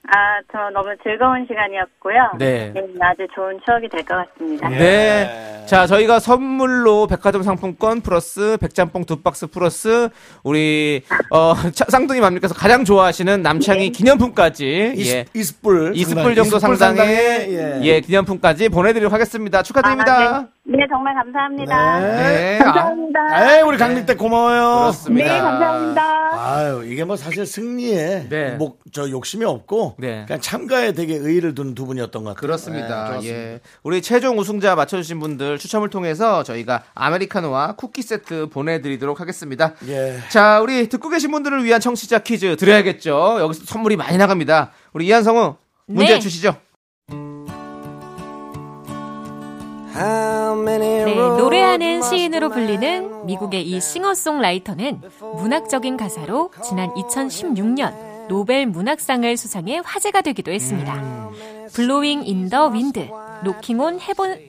Speaker 11: 아, 저 너무 즐거운 시간이었고요.
Speaker 2: 네.
Speaker 11: 아주 좋은 추억이 될 것 같습니다.
Speaker 2: 네. 자, 저희가 선물로 백화점 상품권 플러스 백짬뽕 두 박스 플러스 우리 어 차- 쌍둥이 맘님께서 가장 좋아하시는 남창희 기념품까지
Speaker 1: 이스-
Speaker 2: 예.
Speaker 1: 이스뿔.
Speaker 2: 네. 이스뿔 정도
Speaker 1: 이스뿔
Speaker 2: 상당의
Speaker 1: 예.
Speaker 2: 예. 기념품까지 보내드리도록 하겠습니다. 축하드립니다.
Speaker 11: 아, 네. 네, 정말 감사합니다.
Speaker 2: 네.
Speaker 11: 감사합니다.
Speaker 1: 에이, 우리 강민대 고마워요.
Speaker 2: 그렇습니다. 네, 감사합니다.
Speaker 1: 아, 아유, 이게 뭐 사실 승리에 뭐, 저 욕심이 없고 그냥 참가에 되게 의의를 두는 두 분이었던 것 같아요.
Speaker 2: 그렇습니다.
Speaker 1: 네,
Speaker 2: 예. 우리 최종 우승자 맞춰주신 분들 추첨을 통해서 저희가 아메리카노와 쿠키 세트 보내드리도록 하겠습니다.
Speaker 1: 예.
Speaker 2: 자, 우리 듣고 계신 분들을 위한 청취자 퀴즈 드려야겠죠. 여기서 선물이 많이 나갑니다. 우리 이한성우 문제
Speaker 6: 네.
Speaker 2: 주시죠.
Speaker 10: 네, 노래하는 시인으로 불리는 미국의 이 싱어송라이터는 문학적인 가사로 지난 2016년 노벨 문학상을 수상해 화제가 되기도 했습니다. 블로잉 인 더 윈드, 노킹 온 헤븐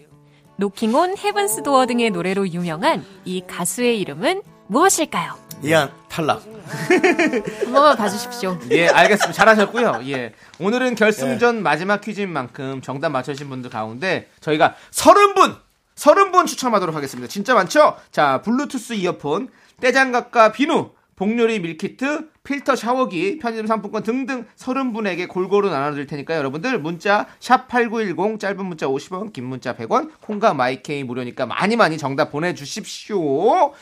Speaker 10: 노킹 온 헤븐스 도어 등의 노래로 유명한 이 가수의 이름은 무엇일까요?
Speaker 1: 이한 탈락.
Speaker 10: 한번 봐주십시오.
Speaker 2: 예, 알겠습니다. 잘하셨고요. 예. 오늘은 결승전 마지막 퀴즈인 만큼 정답 맞춰주신 분들 가운데 저희가 30분! 30분 추첨하도록 하겠습니다. 진짜 많죠? 자, 블루투스 이어폰, 떼장갑과 비누, 복요리 밀키트, 필터 샤워기, 편의점 상품권 등등 30분에게 골고루 나눠드릴 테니까 여러분들 문자 샵8910 짧은 문자 50원, 긴 문자 100원, 콩과 마이케이 무료니까 많이 많이 정답 보내주십시오.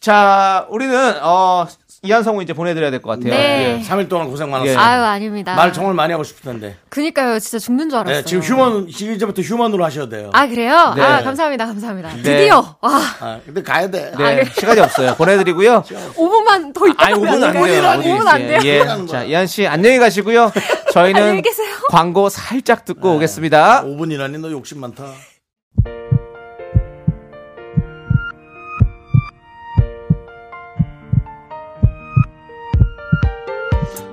Speaker 2: 자, 우리는 어 이한성우 이제 보내드려야 될 것 같아요.
Speaker 1: 네.
Speaker 2: 예.
Speaker 1: 3일 동안 고생 많았어요.
Speaker 2: 예.
Speaker 6: 아유, 아닙니다.
Speaker 1: 말 정말 많이 하고 싶던데.
Speaker 6: 그니까요, 진짜 죽는 줄 알았어요.
Speaker 1: 네, 지금 휴먼, 이제부터 휴먼으로 하셔야 돼요.
Speaker 6: 아, 그래요?
Speaker 1: 네.
Speaker 6: 아, 감사합니다, 감사합니다.
Speaker 1: 네.
Speaker 6: 드디어! 와,
Speaker 1: 아, 근데 가야 돼.
Speaker 2: 네, 시간이 없어요. 보내드리고요.
Speaker 6: 5분만 더 있다.
Speaker 2: 아이, 5분 안 돼요. 어디
Speaker 6: 5분 안 돼요.
Speaker 2: 있어요. 예. 자, 이한 씨, 안녕히 가시고요. 저희는
Speaker 6: 안녕히 계세요.
Speaker 2: 광고 살짝 듣고
Speaker 1: 아!
Speaker 2: 오겠습니다.
Speaker 1: 5분이라니 너 욕심 많다.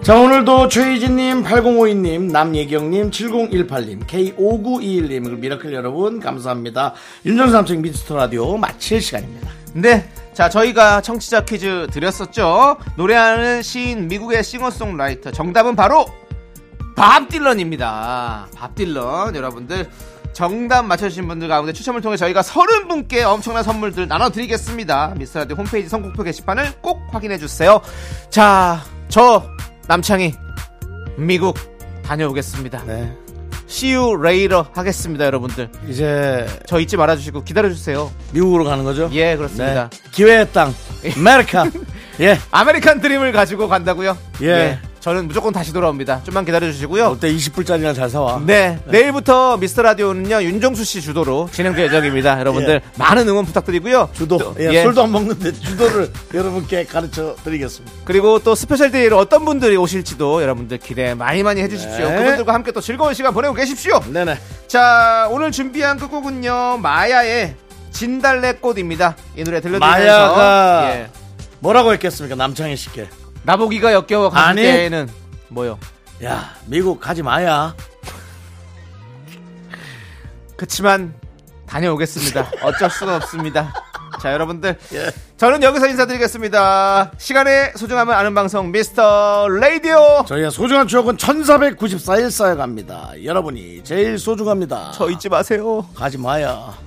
Speaker 1: 자 오늘도 최희진님, 8052님, 남예경님, 7018님, K5921님 그리고 미라클 여러분 감사합니다. 윤정삼층 미스터 라디오 마칠 시간입니다.
Speaker 2: 네. 자, 저희가 청취자 퀴즈 드렸었죠. 노래하는 시인 미국의 싱어송라이터. 정답은 바로 밥 딜런입니다. 밥 딜런. 여러분들 정답 맞춰주신 분들 가운데 추첨을 통해 저희가 서른 분께 엄청난 선물들 나눠드리겠습니다. 미스터라디오 홈페이지 선곡표 게시판을 꼭 확인해주세요. 자, 저 남창희 미국 다녀오겠습니다.
Speaker 1: 네.
Speaker 2: See you later 하겠습니다, 여러분들.
Speaker 1: 이제
Speaker 2: 저 잊지 말아주시고 기다려주세요.
Speaker 1: 미국으로 가는 거죠?
Speaker 2: 예, 그렇습니다.
Speaker 1: 네. 기회의 땅, 아메리카. 예.
Speaker 2: 아메리칸 드림을 가지고 간다고요?
Speaker 1: 예.
Speaker 2: 저는 무조건 다시 돌아옵니다. 좀만 기다려 주시고요.
Speaker 1: 어때 20불짜리나 잘 사와.
Speaker 2: 네. 내일부터 미스터 라디오는요. 윤정수 씨 주도로 진행될 예정입니다. 여러분들
Speaker 1: 예.
Speaker 2: 많은 응원 부탁드리고요. 주도.
Speaker 1: 예, 술도 안 먹는데 주도를 여러분께 가르쳐 드리겠습니다.
Speaker 2: 그리고 또 스페셜 데이로 어떤 분들이 오실지도 여러분들 기대 많이 많이 해주십시오.
Speaker 1: 네.
Speaker 2: 그분들과 함께 또 즐거운 시간 보내고 계십시오.
Speaker 1: 네네.
Speaker 2: 자, 오늘 준비한 끝곡은요. 마야의 진달래꽃입니다. 이 노래 들려드리면서
Speaker 1: 마야가
Speaker 2: 예.
Speaker 1: 뭐라고 했겠습니까 남창희 씨께?
Speaker 2: 나보기가 역겨워 가는
Speaker 1: 아니.
Speaker 2: 때에는 뭐요?
Speaker 1: 야 미국 가지 마야.
Speaker 2: 그치만 다녀오겠습니다. 어쩔 수가 없습니다. 자, 여러분들. 저는 여기서 인사드리겠습니다. 시간의 소중함을 아는 방송 미스터 레이디오.
Speaker 1: 저희의 소중한 추억은 1494일 쌓여갑니다. 여러분이 제일 소중합니다. 저
Speaker 2: 잊지 마세요.
Speaker 1: 가지 마야.